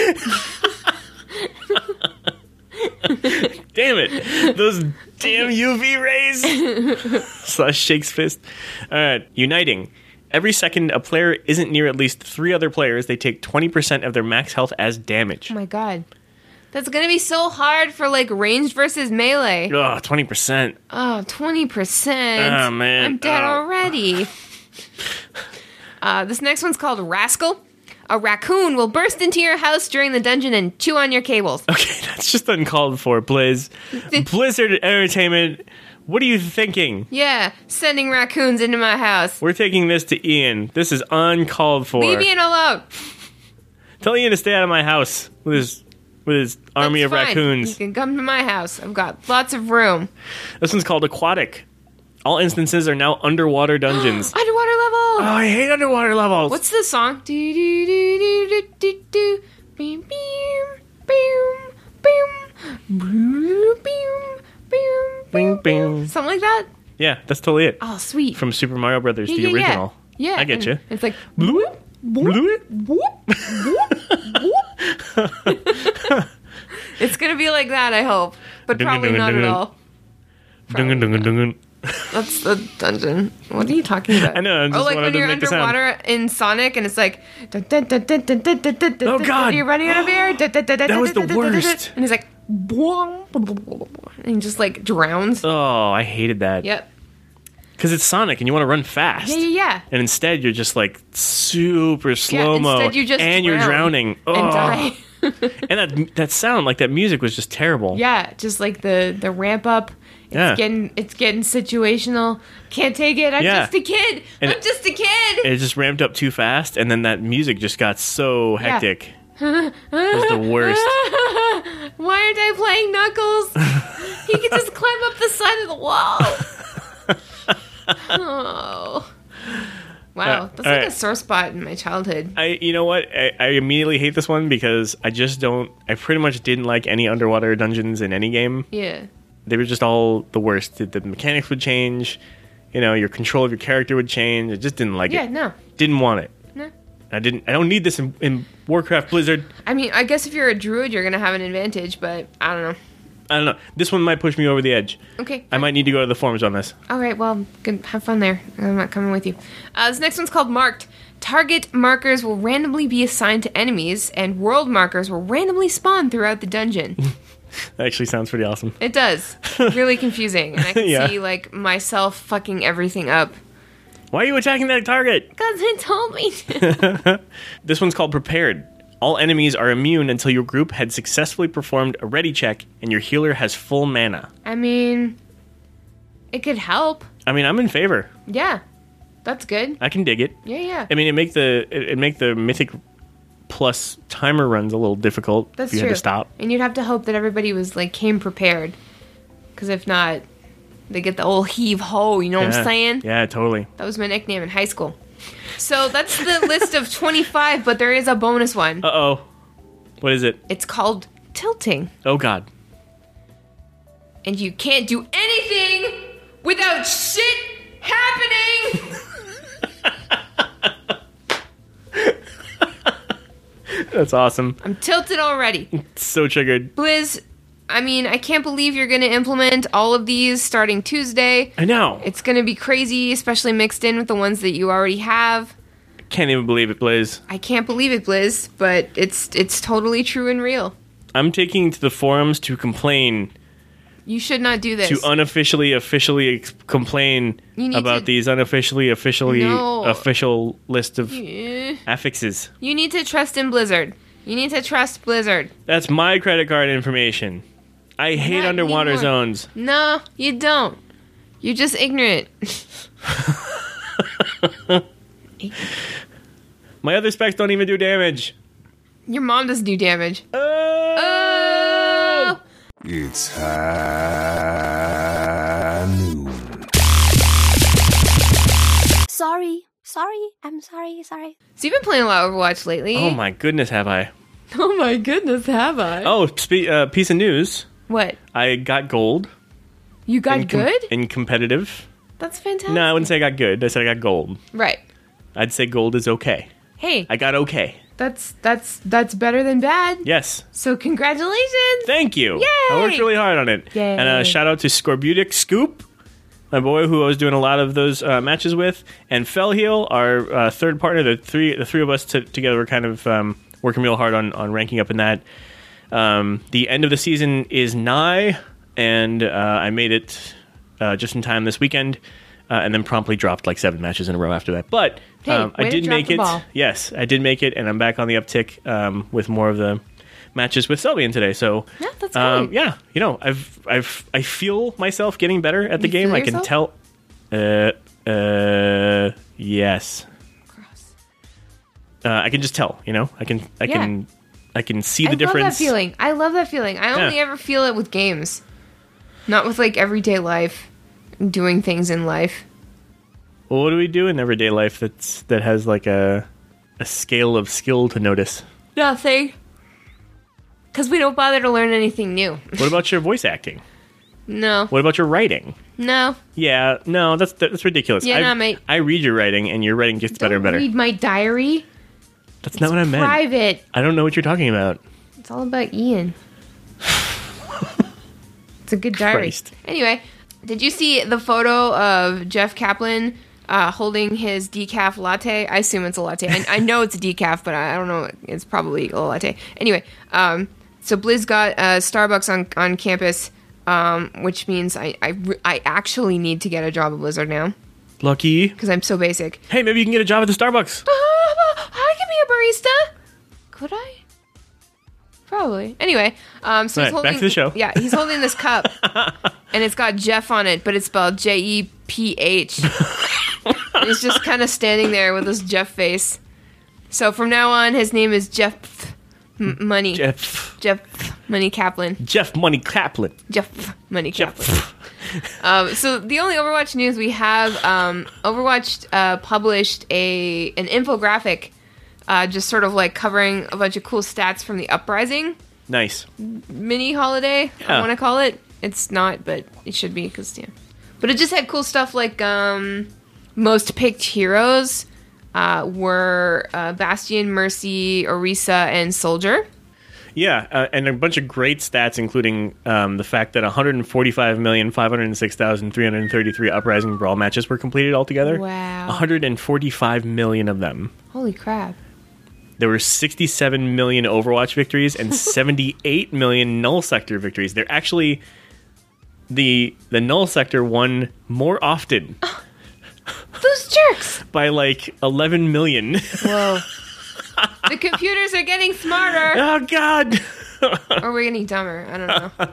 [SPEAKER 2] Damn it! Those damn UV rays!
[SPEAKER 3] *laughs*
[SPEAKER 2] Slash shakes fist. Alright, uniting. Every second a player isn't near at least three other players, they take 20% of their max health as damage.
[SPEAKER 3] *laughs* Oh my god. That's gonna be so hard for like ranged versus melee.
[SPEAKER 2] Ugh, 20%.
[SPEAKER 3] Oh, 20%.
[SPEAKER 2] Oh, man.
[SPEAKER 3] I'm dead
[SPEAKER 2] Oh.
[SPEAKER 3] already.
[SPEAKER 2] *laughs*
[SPEAKER 3] uh, this next one's called Rascal. A raccoon will burst into your house during the dungeon and chew on your cables.
[SPEAKER 2] Okay, *laughs* that's just uncalled for,
[SPEAKER 3] *laughs*
[SPEAKER 2] Blizz. Blizzard Entertainment, what are you thinking?
[SPEAKER 3] Yeah, sending raccoons into my house.
[SPEAKER 2] We're taking this to Ian. This is uncalled for.
[SPEAKER 3] Leave Ian alone.
[SPEAKER 2] Tell Ian to stay out of my house with his with his army
[SPEAKER 3] That's
[SPEAKER 2] of
[SPEAKER 3] fine. You
[SPEAKER 2] raccoons.
[SPEAKER 3] can come to my house. I've got lots of room.
[SPEAKER 2] This one's called aquatic. All instances are now underwater dungeons.
[SPEAKER 3] Underwater level.
[SPEAKER 2] Oh, I hate underwater levels.
[SPEAKER 3] What's the song? Do do do do do do do. Beam beam beam beam beam beam beam.
[SPEAKER 2] Bing, bing.
[SPEAKER 3] Something like that.
[SPEAKER 2] Yeah, that's totally it.
[SPEAKER 3] Oh, sweet.
[SPEAKER 2] From Super Mario Brothers,
[SPEAKER 3] yeah,
[SPEAKER 2] the
[SPEAKER 3] yeah,
[SPEAKER 2] original.
[SPEAKER 3] Yeah. yeah.
[SPEAKER 2] I get
[SPEAKER 3] and
[SPEAKER 2] you.
[SPEAKER 3] It's like
[SPEAKER 2] Blew it, blew it.
[SPEAKER 3] whoop whoop whoop.
[SPEAKER 2] *laughs*
[SPEAKER 3] it's gonna be like that. I hope, but
[SPEAKER 2] Dunga,
[SPEAKER 3] probably
[SPEAKER 2] dunga,
[SPEAKER 3] not at
[SPEAKER 2] dunga.
[SPEAKER 3] all.
[SPEAKER 2] Dungan, dungan, dungan.
[SPEAKER 3] That's the dungeon. What are you talking
[SPEAKER 2] *laughs*
[SPEAKER 3] about?
[SPEAKER 2] I know, I
[SPEAKER 3] oh,
[SPEAKER 2] just
[SPEAKER 3] like
[SPEAKER 2] wanted
[SPEAKER 3] when
[SPEAKER 2] to
[SPEAKER 3] you're
[SPEAKER 2] make the sound.
[SPEAKER 3] underwater in Sonic, and it's like, oh
[SPEAKER 2] Oh, God.
[SPEAKER 3] you're running out of air. That
[SPEAKER 2] was the worst.
[SPEAKER 3] And he's like, "Bwong," and he just like drowns.
[SPEAKER 2] Oh, I hated that.
[SPEAKER 3] Yep.
[SPEAKER 2] Because it's Sonic and you want to run fast.
[SPEAKER 3] Yeah, yeah, yeah.
[SPEAKER 2] And instead, you're just like super slow mo.
[SPEAKER 3] instead you just
[SPEAKER 2] and you're
[SPEAKER 3] drown
[SPEAKER 2] drowning. Oh.
[SPEAKER 3] And die. *laughs*
[SPEAKER 2] And that that sound, like that music, was just terrible.
[SPEAKER 3] yeah, just like the the ramp up. It's
[SPEAKER 2] Yeah.
[SPEAKER 3] getting it's getting situational. Can't take it. I'm
[SPEAKER 2] Yeah.
[SPEAKER 3] just a kid.
[SPEAKER 2] And
[SPEAKER 3] I'm
[SPEAKER 2] it-
[SPEAKER 3] just a kid.
[SPEAKER 2] It just ramped up too fast, and then that music just got so hectic.
[SPEAKER 3] *laughs*
[SPEAKER 2] it was the worst.
[SPEAKER 3] Why aren't I playing Knuckles? he could just climb up the side of the wall. oh. Wow,
[SPEAKER 2] Uh,
[SPEAKER 3] that's
[SPEAKER 2] all
[SPEAKER 3] like a
[SPEAKER 2] right.
[SPEAKER 3] sore spot in my childhood.
[SPEAKER 2] I, you know what? I, I immediately hate this one because I just don't. I pretty much didn't like any underwater dungeons in any game.
[SPEAKER 3] Yeah.
[SPEAKER 2] They were just all the worst. The, the mechanics would change. You know, your control of your character would change. I just didn't like
[SPEAKER 3] Yeah,
[SPEAKER 2] it.
[SPEAKER 3] no.
[SPEAKER 2] Didn't want it.
[SPEAKER 3] No.
[SPEAKER 2] I didn't. I don't need this in, in Warcraft Blizzard.
[SPEAKER 3] I mean, I guess if you're a druid, you're going to have an advantage, but I don't know.
[SPEAKER 2] I don't know. This one might push me over the edge.
[SPEAKER 3] Okay.
[SPEAKER 2] I might need to go to the forums on this.
[SPEAKER 3] All right, well, good. Have fun there. I'm not coming with you. Uh, this next one's called Marked. Target markers will randomly be assigned to enemies, and world markers will randomly spawn throughout the dungeon.
[SPEAKER 2] That actually sounds pretty awesome.
[SPEAKER 3] It does. Really confusing. And I
[SPEAKER 2] *laughs*
[SPEAKER 3] can
[SPEAKER 2] Yeah.
[SPEAKER 3] see like myself fucking everything up.
[SPEAKER 2] Why are you attacking that target?
[SPEAKER 1] Because it told me to.
[SPEAKER 2] This one's called Prepared. All enemies are immune until your group had successfully performed a ready check and your healer has full mana.
[SPEAKER 3] I mean, it could help.
[SPEAKER 2] I mean, I'm in favor.
[SPEAKER 3] Yeah, that's good.
[SPEAKER 2] I can dig it.
[SPEAKER 3] Yeah, yeah.
[SPEAKER 2] I mean, it make the it, it make the mythic plus timer runs a little difficult.
[SPEAKER 3] That's
[SPEAKER 2] if you
[SPEAKER 3] true.
[SPEAKER 2] had to stop.
[SPEAKER 3] And you'd have to hope that everybody was like came prepared, because if not, they get the old heave ho. You know what
[SPEAKER 2] yeah.
[SPEAKER 3] I'm saying?
[SPEAKER 2] Yeah, totally.
[SPEAKER 3] That was my nickname in high school. So that's the list of 25, but there is a bonus one.
[SPEAKER 2] Uh oh, what is it?
[SPEAKER 3] It's called tilting,
[SPEAKER 2] Oh God.
[SPEAKER 3] and you can't do anything without shit happening.
[SPEAKER 2] That's awesome.
[SPEAKER 3] *laughs* I'm tilted already.
[SPEAKER 2] So triggered.
[SPEAKER 3] Blizz, I mean, I can't believe you're going to implement all of these starting Tuesday.
[SPEAKER 2] I know.
[SPEAKER 3] It's going to be crazy, especially mixed in with the ones that you already have.
[SPEAKER 2] Can't even believe it, Blaze.
[SPEAKER 3] I can't believe it, Blizz, but it's it's totally true and real.
[SPEAKER 2] I'm taking to the forums to complain,
[SPEAKER 3] You should not do this.
[SPEAKER 2] to unofficially, officially ex- complain
[SPEAKER 3] You need
[SPEAKER 2] about
[SPEAKER 3] to-
[SPEAKER 2] these unofficially, officially,
[SPEAKER 3] No.
[SPEAKER 2] official list of
[SPEAKER 3] Eh.
[SPEAKER 2] affixes.
[SPEAKER 3] you need to trust in Blizzard. You need to trust Blizzard.
[SPEAKER 2] That's my credit card information. I hate
[SPEAKER 3] Not
[SPEAKER 2] underwater
[SPEAKER 3] anymore.
[SPEAKER 2] zones.
[SPEAKER 3] No, you don't. You're just ignorant. *laughs*
[SPEAKER 2] My other specs don't even do damage.
[SPEAKER 3] Your mom does do damage.
[SPEAKER 2] Oh!
[SPEAKER 3] Oh!
[SPEAKER 4] It's high noon.
[SPEAKER 1] Sorry. Sorry. I'm sorry. Sorry.
[SPEAKER 3] So you've been playing a lot of Overwatch lately.
[SPEAKER 2] Oh my goodness, have I?
[SPEAKER 3] *laughs* Oh my goodness, have I?
[SPEAKER 2] Oh, spe- uh, piece of news.
[SPEAKER 3] What?
[SPEAKER 2] I got gold.
[SPEAKER 3] You got
[SPEAKER 2] in com-
[SPEAKER 3] good?
[SPEAKER 2] In competitive.
[SPEAKER 3] That's fantastic.
[SPEAKER 2] No, I wouldn't say I got good. I said I got gold.
[SPEAKER 3] Right.
[SPEAKER 2] I'd say gold is okay.
[SPEAKER 3] Hey,
[SPEAKER 2] I got okay.
[SPEAKER 3] that's that's that's better than bad.
[SPEAKER 2] Yes.
[SPEAKER 3] So congratulations.
[SPEAKER 2] Thank you.
[SPEAKER 3] Yay!
[SPEAKER 2] I worked really hard on it.
[SPEAKER 3] Yay.
[SPEAKER 2] And a shout out to Scorbutic Scoop, my boy, who I was doing a lot of those uh, matches with, and Fellheel, our uh, third partner. The three, the three of us t- together were kind of um, working real hard on, on ranking up in that. Um, the end of the season is nigh, and uh, I made it uh, just in time this weekend. Uh, and then promptly dropped like seven matches in a row after that. But
[SPEAKER 3] Hey,
[SPEAKER 2] um, I
[SPEAKER 3] way to
[SPEAKER 2] did
[SPEAKER 3] drop
[SPEAKER 2] make
[SPEAKER 3] the
[SPEAKER 2] it.
[SPEAKER 3] ball.
[SPEAKER 2] Yes, I did make it, and I'm back on the uptick um, with more of the matches with Selby in today. So
[SPEAKER 3] Yeah, that's
[SPEAKER 2] um,
[SPEAKER 3] great.
[SPEAKER 2] yeah, you know, I've I've I feel myself getting better at the
[SPEAKER 3] You
[SPEAKER 2] game.
[SPEAKER 3] feel
[SPEAKER 2] I can
[SPEAKER 3] yourself?
[SPEAKER 2] tell. Uh, uh, yes.
[SPEAKER 3] Gross.
[SPEAKER 2] Uh, I can just tell. You know, I can I
[SPEAKER 3] Yeah.
[SPEAKER 2] can I can see the
[SPEAKER 3] I
[SPEAKER 2] difference.
[SPEAKER 3] love that feeling. I love that feeling. I only
[SPEAKER 2] Yeah.
[SPEAKER 3] ever feel it with games, not with like everyday life, doing things in life.
[SPEAKER 2] Well, what do we do in everyday life that's that has like a a scale of skill to notice?
[SPEAKER 3] Nothing. Cause we don't bother to learn anything new.
[SPEAKER 2] What about your voice acting?
[SPEAKER 3] No,
[SPEAKER 2] What about your writing?
[SPEAKER 3] no.
[SPEAKER 2] Yeah, no, that's that's ridiculous.
[SPEAKER 3] Yeah,
[SPEAKER 2] I,
[SPEAKER 3] nah, mate.
[SPEAKER 2] I read your writing, and your writing gets better and
[SPEAKER 3] Don't
[SPEAKER 2] better.
[SPEAKER 3] Read my diary.
[SPEAKER 2] that's not what I meant.
[SPEAKER 3] Private.
[SPEAKER 2] I don't know what you're talking about.
[SPEAKER 3] It's all about Ian. it's a good diary.
[SPEAKER 2] Christ.
[SPEAKER 3] Anyway, did you see the photo of Jeff Kaplan uh, holding his decaf latte? I assume it's a latte. I, I know it's a decaf, but I I don't know. It's probably a latte. Anyway, um, so Blizz got uh, Starbucks on on campus, um, which means I, I re- I actually need to get a job at Blizzard now
[SPEAKER 2] Lucky.
[SPEAKER 3] because I'm so basic.
[SPEAKER 2] Hey, maybe you can get a job at the
[SPEAKER 3] *laughs*
[SPEAKER 2] Starbucks.
[SPEAKER 3] Oh, I could be a barista. Could I? Probably. Anyway, um, so he's
[SPEAKER 2] All right,
[SPEAKER 3] holding,
[SPEAKER 2] back to the show.
[SPEAKER 3] Yeah, he's holding this
[SPEAKER 2] *laughs*
[SPEAKER 3] cup, and it's got Jeff on it, but it's spelled J E P H. And He's just kind of standing there with his Jeff face. So from now on, his name is Jeff M- Money.
[SPEAKER 2] Jeff.
[SPEAKER 3] Jeff Money Kaplan.
[SPEAKER 2] Jeff Money Kaplan.
[SPEAKER 3] Jeff Money Kaplan. *laughs*
[SPEAKER 2] Jeff.
[SPEAKER 3] Um, so the only Overwatch news we have, um, Overwatch uh, published a an infographic, uh, just sort of like covering a bunch of cool stats from the Uprising
[SPEAKER 2] Nice.
[SPEAKER 3] mini holiday.
[SPEAKER 2] Yeah.
[SPEAKER 3] I want to call it. It's not, but it should be because yeah. But it just had cool stuff like um, most picked heroes uh, were uh, Bastion, Mercy, Orisa, and Soldier.
[SPEAKER 2] Yeah, uh, and a bunch of great stats, including um, the fact that 145,506,333 Uprising Brawl matches were completed altogether.
[SPEAKER 3] Wow.
[SPEAKER 2] 145 million of them.
[SPEAKER 3] Holy crap!
[SPEAKER 2] There were 67 million Overwatch victories *laughs* and 78 million Null Sector victories. They're actually *laughs* the the Null Sector won more often.
[SPEAKER 3] Those These jerks.
[SPEAKER 2] by like 11 million.
[SPEAKER 3] Whoa. the computers are getting smarter,
[SPEAKER 2] oh, God.
[SPEAKER 3] or we're getting dumber. I don't know.
[SPEAKER 2] *laughs*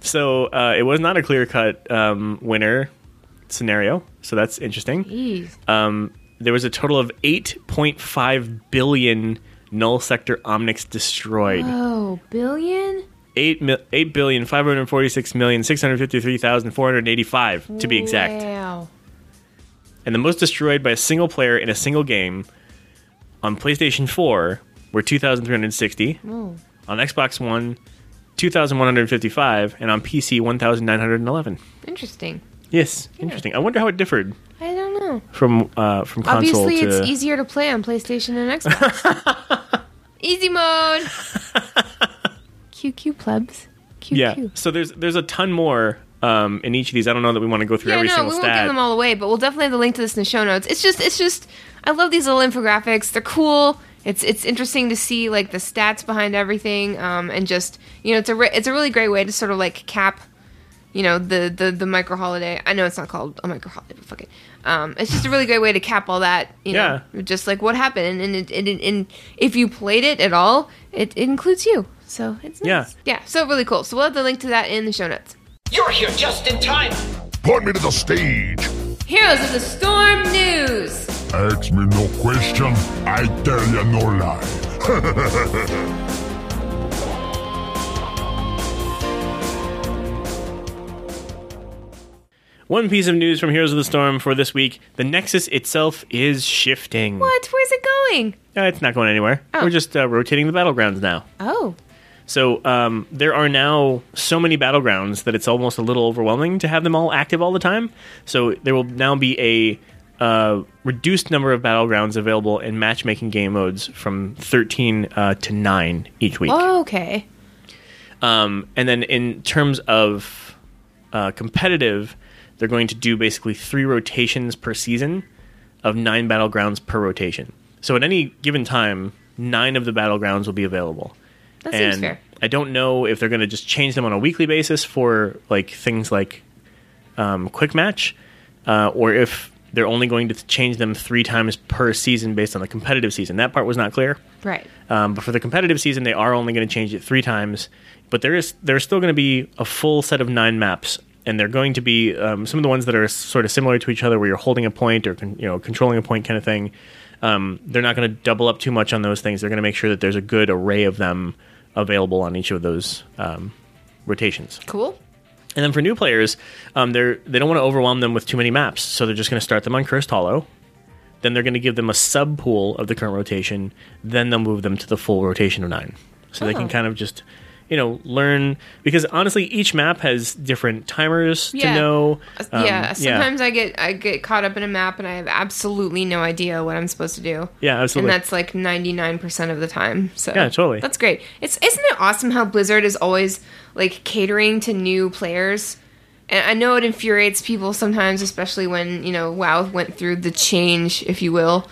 [SPEAKER 2] So uh, it was not a clear cut um, winner scenario. So that's interesting.
[SPEAKER 3] *laughs* Jeez.
[SPEAKER 2] Um, there was a total of 8.5 billion null sector omnics destroyed.
[SPEAKER 3] Oh, billion.
[SPEAKER 2] Eight mil- eight billion five hundred forty six million six hundred fifty three thousand four hundred eighty five to be exact.
[SPEAKER 3] Wow.
[SPEAKER 2] And the most destroyed by a single player in a single game on PlayStation 4 were 2,360,
[SPEAKER 3] Oh.
[SPEAKER 2] on Xbox One, 2,155, and on PC, 1,911.
[SPEAKER 3] Interesting.
[SPEAKER 2] Yes, interesting. I wonder how it differed
[SPEAKER 3] I don't know.
[SPEAKER 2] from uh, from console
[SPEAKER 3] Obviously,
[SPEAKER 2] to.
[SPEAKER 3] it's easier to play on PlayStation and Xbox.
[SPEAKER 2] *laughs*
[SPEAKER 3] Easy mode. QQ plebs. QQ.
[SPEAKER 2] yeah. So there's there's a ton more um, in each of these. I don't know that we want to go through
[SPEAKER 3] Yeah,
[SPEAKER 2] every
[SPEAKER 3] no, we
[SPEAKER 2] single
[SPEAKER 3] won't
[SPEAKER 2] stat.
[SPEAKER 3] give them all away, but we'll definitely have the link to this in the show notes. It's just, it's just, I love these little infographics. They're cool. It's it's interesting to see like the stats behind everything, um, and just you know, it's a re- it's a really great way to sort of like cap, you know, the the the micro holiday. I know it's not called a micro holiday, but fuck it. Um, it's just a really great way to cap all that. You know, just like what happened, and and, and, and if you played it at all, it, it includes you. So it's
[SPEAKER 2] Yeah.
[SPEAKER 3] nice. yeah, yeah. So really cool. So we'll have the link to that in the show notes.
[SPEAKER 4] You're here just in time.
[SPEAKER 5] Point me to the stage.
[SPEAKER 3] Heroes of the Storm news.
[SPEAKER 5] Ask me no question, I tell you no lie.
[SPEAKER 2] One piece of news from Heroes of the Storm for this week: the Nexus itself is shifting.
[SPEAKER 3] What? Where's it going?
[SPEAKER 2] Uh, it's not going anywhere.
[SPEAKER 3] Oh.
[SPEAKER 2] We're just uh, rotating the battlegrounds now.
[SPEAKER 3] Oh.
[SPEAKER 2] So um, there are now so many battlegrounds that it's almost a little overwhelming to have them all active all the time. So there will now be a uh, reduced number of battlegrounds available in matchmaking game modes from 13 uh, to 9 each week.
[SPEAKER 3] okay.
[SPEAKER 2] Um, and then in terms of uh, competitive, they're going to do basically three rotations per season of nine battlegrounds per rotation. So at any given time, nine of the battlegrounds will be available.
[SPEAKER 3] That
[SPEAKER 2] and
[SPEAKER 3] seems fair.
[SPEAKER 2] I don't know if they're going to just change them on a weekly basis for like things like um, quick match, uh, or if they're only going to change them three times per season based on the competitive season. That part was not clear.
[SPEAKER 3] Right.
[SPEAKER 2] Um, but for the competitive season, they are only going to change it three times. But there is there's still going to be a full set of nine maps, and they're going to be um, some of the ones that are sort of similar to each other, where you're holding a point or con- you know controlling a point kind of thing. Um, they're not going to double up too much on those things. They're going to make sure that there's a good array of them available on each of those um, rotations.
[SPEAKER 3] Cool.
[SPEAKER 2] And then for new players, um, they're they don't want to overwhelm them with too many maps, so they're just going to start them on Cursed Hollow. Then they're going to give them a sub pool of the current rotation. Then they'll move them to the full rotation of nine, so
[SPEAKER 3] Oh.
[SPEAKER 2] they can kind of just you know learn because honestly, each map has different timers
[SPEAKER 3] Yeah.
[SPEAKER 2] to know.
[SPEAKER 3] Uh,
[SPEAKER 2] Um,
[SPEAKER 3] yeah. Sometimes I get I get caught up in a map and I have absolutely no idea what I'm supposed to do.
[SPEAKER 2] Yeah, absolutely.
[SPEAKER 3] And that's like 99% of the time. So
[SPEAKER 2] Yeah, totally.
[SPEAKER 3] That's great. It's isn't it awesome how Blizzard is always like catering to new players? And I know it infuriates people sometimes, especially when, you know, WoW went through the change, if you will.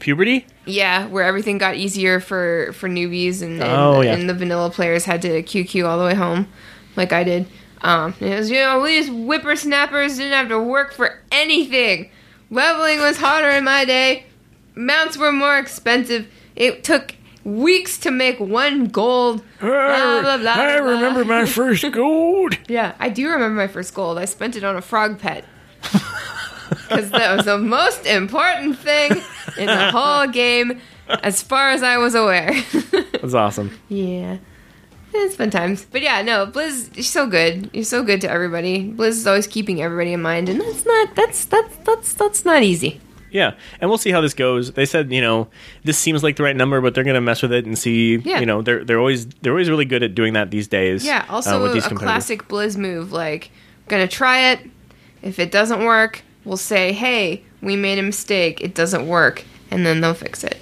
[SPEAKER 2] puberty.
[SPEAKER 3] Yeah, where everything got easier for for newbies and and,
[SPEAKER 2] Oh, yeah.
[SPEAKER 3] and the vanilla players had to QQ all the way home, like I did. Um, and it was you know we just whippersnappers didn't have to work for anything. Leveling was harder in my day. Mounts were more expensive. It took weeks to make one gold. Blah, blah, blah,
[SPEAKER 2] I
[SPEAKER 3] blah.
[SPEAKER 2] remember
[SPEAKER 3] *laughs*
[SPEAKER 2] my first gold.
[SPEAKER 3] Yeah, I do remember my first gold. I spent it on a frog pet. *laughs* Because that was the most important thing in the whole game, as far as I was aware. *laughs*
[SPEAKER 2] That's awesome.
[SPEAKER 3] yeah. It's fun times. But yeah, no, Blizz, you're so good. You're so good to everybody. Blizz is always keeping everybody in mind, and that's not, that's, that's, that's, that's not easy.
[SPEAKER 2] Yeah, and we'll see how this goes. They said, you know, this seems like the right number, but they're going to mess with it and see.
[SPEAKER 3] Yeah.
[SPEAKER 2] You know, they're they're always they're always really good at doing that these days.
[SPEAKER 3] Yeah,
[SPEAKER 2] uh,
[SPEAKER 3] also
[SPEAKER 2] with these
[SPEAKER 3] a, a
[SPEAKER 2] competitors.
[SPEAKER 3] classic Blizz move. Like, gonna try it. If it doesn't work, we'll say, hey, we made a mistake. It doesn't work. And then they'll fix it.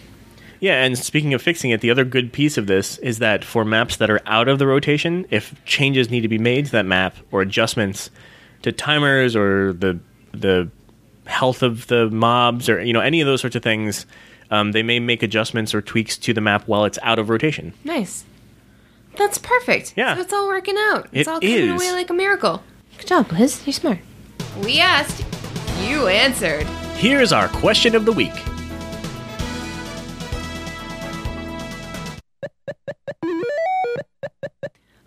[SPEAKER 2] Yeah, and speaking of fixing it, the other good piece of this is that for maps that are out of the rotation, if changes need to be made to that map or adjustments to timers or the the health of the mobs or you know any of those sorts of things, um, they may make adjustments or tweaks to the map while it's out of rotation.
[SPEAKER 3] Nice. That's perfect.
[SPEAKER 2] Yeah.
[SPEAKER 3] So it's all working out.
[SPEAKER 2] It
[SPEAKER 3] It's all coming
[SPEAKER 2] is.
[SPEAKER 3] away like a miracle.
[SPEAKER 1] Good job, Liz. You're smart.
[SPEAKER 3] We asked, you answered.
[SPEAKER 2] Here's our question of the week.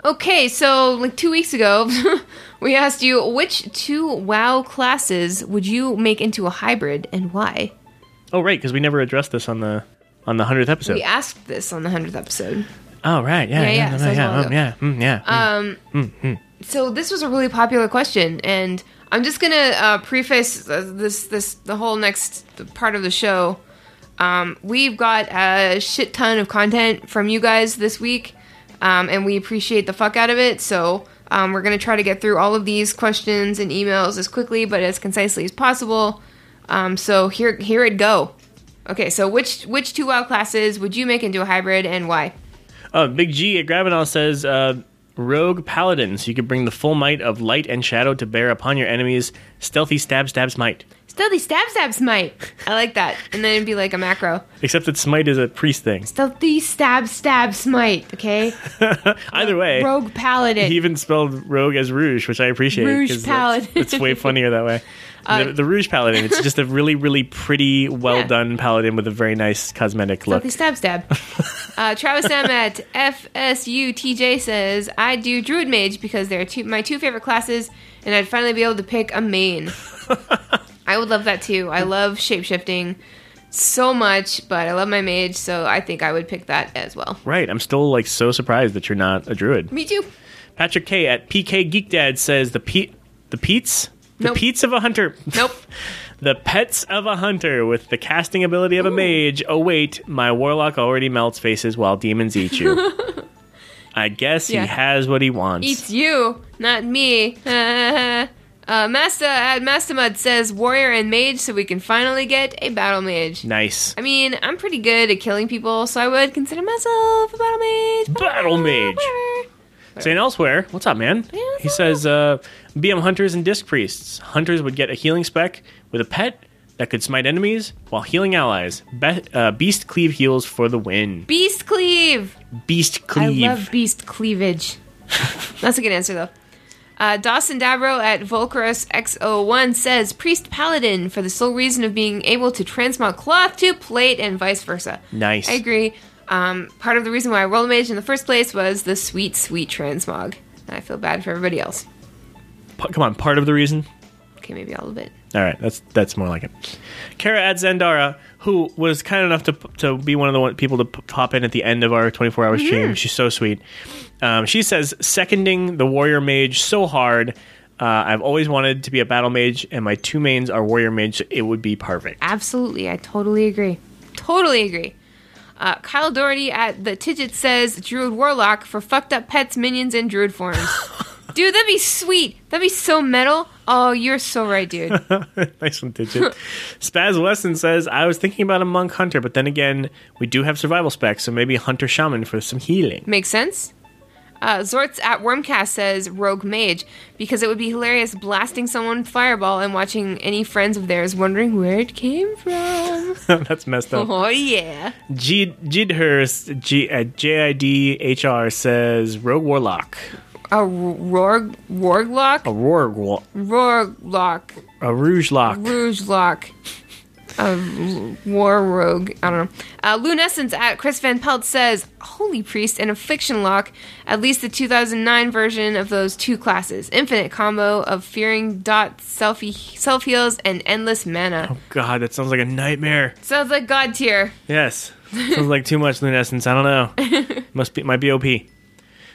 [SPEAKER 3] Okay, so like two weeks ago, *laughs* we asked you which two WoW classes would you make into a hybrid and why?
[SPEAKER 2] Oh, right, because we never addressed this on the on the hundredth episode.
[SPEAKER 3] We asked this on the 100th episode.
[SPEAKER 2] Oh, right, yeah,
[SPEAKER 3] Yeah, yeah,
[SPEAKER 2] yeah,
[SPEAKER 3] so it's Uh, a while
[SPEAKER 2] yeah,
[SPEAKER 3] ago.
[SPEAKER 2] um, yeah, mm, yeah. mm.
[SPEAKER 3] So this was a really popular question, and I'm just gonna uh, preface uh, this this the whole next part of the show. Um, we've got a shit ton of content from you guys this week, um, and we appreciate the fuck out of it. So um, we're gonna try to get through all of these questions and emails as quickly but as concisely as possible. Um, so here here it go. Okay, so which which two wild classes would you make into a hybrid and why?
[SPEAKER 2] Oh, Big G at Gravenal says, uh, Rogue Paladin, so you can bring the full might of light and shadow to bear upon your enemies. Stealthy stab stab smite.
[SPEAKER 3] Stealthy stab stab smite. I like that, and then it'd be like a macro.
[SPEAKER 2] Except that smite is a priest thing.
[SPEAKER 3] Stealthy stab stab smite, okay?
[SPEAKER 2] Either way,
[SPEAKER 3] Rogue paladin.
[SPEAKER 2] he even spelled rogue as rouge, which I appreciate.
[SPEAKER 3] Rouge
[SPEAKER 2] 'cause that's-
[SPEAKER 3] Paladin. Uh,
[SPEAKER 2] It's way funnier that
[SPEAKER 3] *laughs*
[SPEAKER 2] way. the, the rouge paladin. It's just a really, really pretty, well
[SPEAKER 3] Yeah.
[SPEAKER 2] done paladin with a very nice cosmetic look.
[SPEAKER 3] Stealthy stab stab. uh, Travis M at FSUTJ says, I do druid mage because they're two, my two favorite classes, and I'd finally be able to pick a main. I would love that too. I love shapeshifting so much, but I love my mage, so I think I would pick that as well.
[SPEAKER 2] Right, I'm still like so surprised that you're not a druid.
[SPEAKER 3] Me too.
[SPEAKER 2] Patrick K at PK Geek Dad says the pe- the Pete's the
[SPEAKER 3] Nope.
[SPEAKER 2] Pete's of a hunter. *laughs*
[SPEAKER 3] Nope.
[SPEAKER 2] The pets of a hunter with the casting ability of a mage. Oh wait, my warlock already melts faces while demons eat
[SPEAKER 3] *laughs*
[SPEAKER 2] you. I guess
[SPEAKER 3] Yeah.
[SPEAKER 2] he has what he wants.
[SPEAKER 3] It's you, not me. *laughs* uh, Master at Mastermud says warrior and mage, so we can finally get a battle mage.
[SPEAKER 2] nice.
[SPEAKER 3] I mean, I'm pretty good at killing people, so I would consider myself a battle mage.
[SPEAKER 2] Battle mage. Saying elsewhere, what's up, man? He says, uh, BM hunters and disc priests. Hunters would get a healing spec with a pet that could smite enemies while healing allies. Be- uh, beast cleave heals for the win.
[SPEAKER 3] Beast cleave.
[SPEAKER 2] Beast cleave.
[SPEAKER 3] I love
[SPEAKER 2] *laughs*
[SPEAKER 3] beast cleavage. That's a good answer though. Uh, Dawson Dabro at Volcaros X01 says priest paladin for the sole reason of being able to transmog cloth to plate and vice versa.
[SPEAKER 2] nice.
[SPEAKER 3] I agree. Um, part of the reason why I rolled a mage in the first place was the sweet, sweet transmog. And I feel bad for everybody else.
[SPEAKER 2] P- come on, part of the reason.
[SPEAKER 3] Okay, maybe a little bit.
[SPEAKER 2] All right, that's that's more like it. Kara at Zandara, who was kind enough to to be one of the one, people to p- pop in at the end of our 24
[SPEAKER 3] Mm-hmm.
[SPEAKER 2] hour stream. She's so sweet. Um, she says, seconding the warrior mage so hard. Uh, I've always wanted to be a battle mage, and my two mains are warrior mage. So it would be perfect. *laughs*
[SPEAKER 3] Absolutely. I totally agree. Totally agree. Uh, Kyle Doherty at The Tidget says Druid Warlock for fucked up pets, minions, and druid *laughs* forms. dude, that'd be sweet. That'd be so metal. Oh, you're so right, *laughs* dude.
[SPEAKER 2] nice one,
[SPEAKER 3] *laughs*
[SPEAKER 2] Digit. Spaz Weston says, I was thinking about a monk hunter, but then again, we do have survival specs, so maybe hunter shaman for some healing. *laughs*
[SPEAKER 3] Makes sense. Uh, Zortz at Wormcast says Rogue Mage because it would be hilarious blasting someone with Fireball and watching any friends of theirs wondering where it came from.
[SPEAKER 2] that's messed up.
[SPEAKER 3] *laughs* oh, yeah.
[SPEAKER 2] Jid Jidhurst G at J I D H R says Rogue Warlock.
[SPEAKER 3] A r- Rorg,
[SPEAKER 2] A
[SPEAKER 3] Rorglock?
[SPEAKER 2] Rogue Warlock.
[SPEAKER 3] Rorglock.
[SPEAKER 2] A Rouge Lock.
[SPEAKER 3] Rouge Lock. A war rogue. I don't know. Uh, Lunescence at Chris Van Pelt says, Holy Priest and Affliction Lock, at least the 2009 version of those two classes. Infinite combo of Fearing Dot self heals and Endless
[SPEAKER 2] Oh.
[SPEAKER 3] Mana.
[SPEAKER 2] God, that sounds like a nightmare.
[SPEAKER 3] Sounds like God tier.
[SPEAKER 2] Yes. Sounds like too much lunescence. I don't know.
[SPEAKER 3] *laughs*
[SPEAKER 2] Must be my BOP.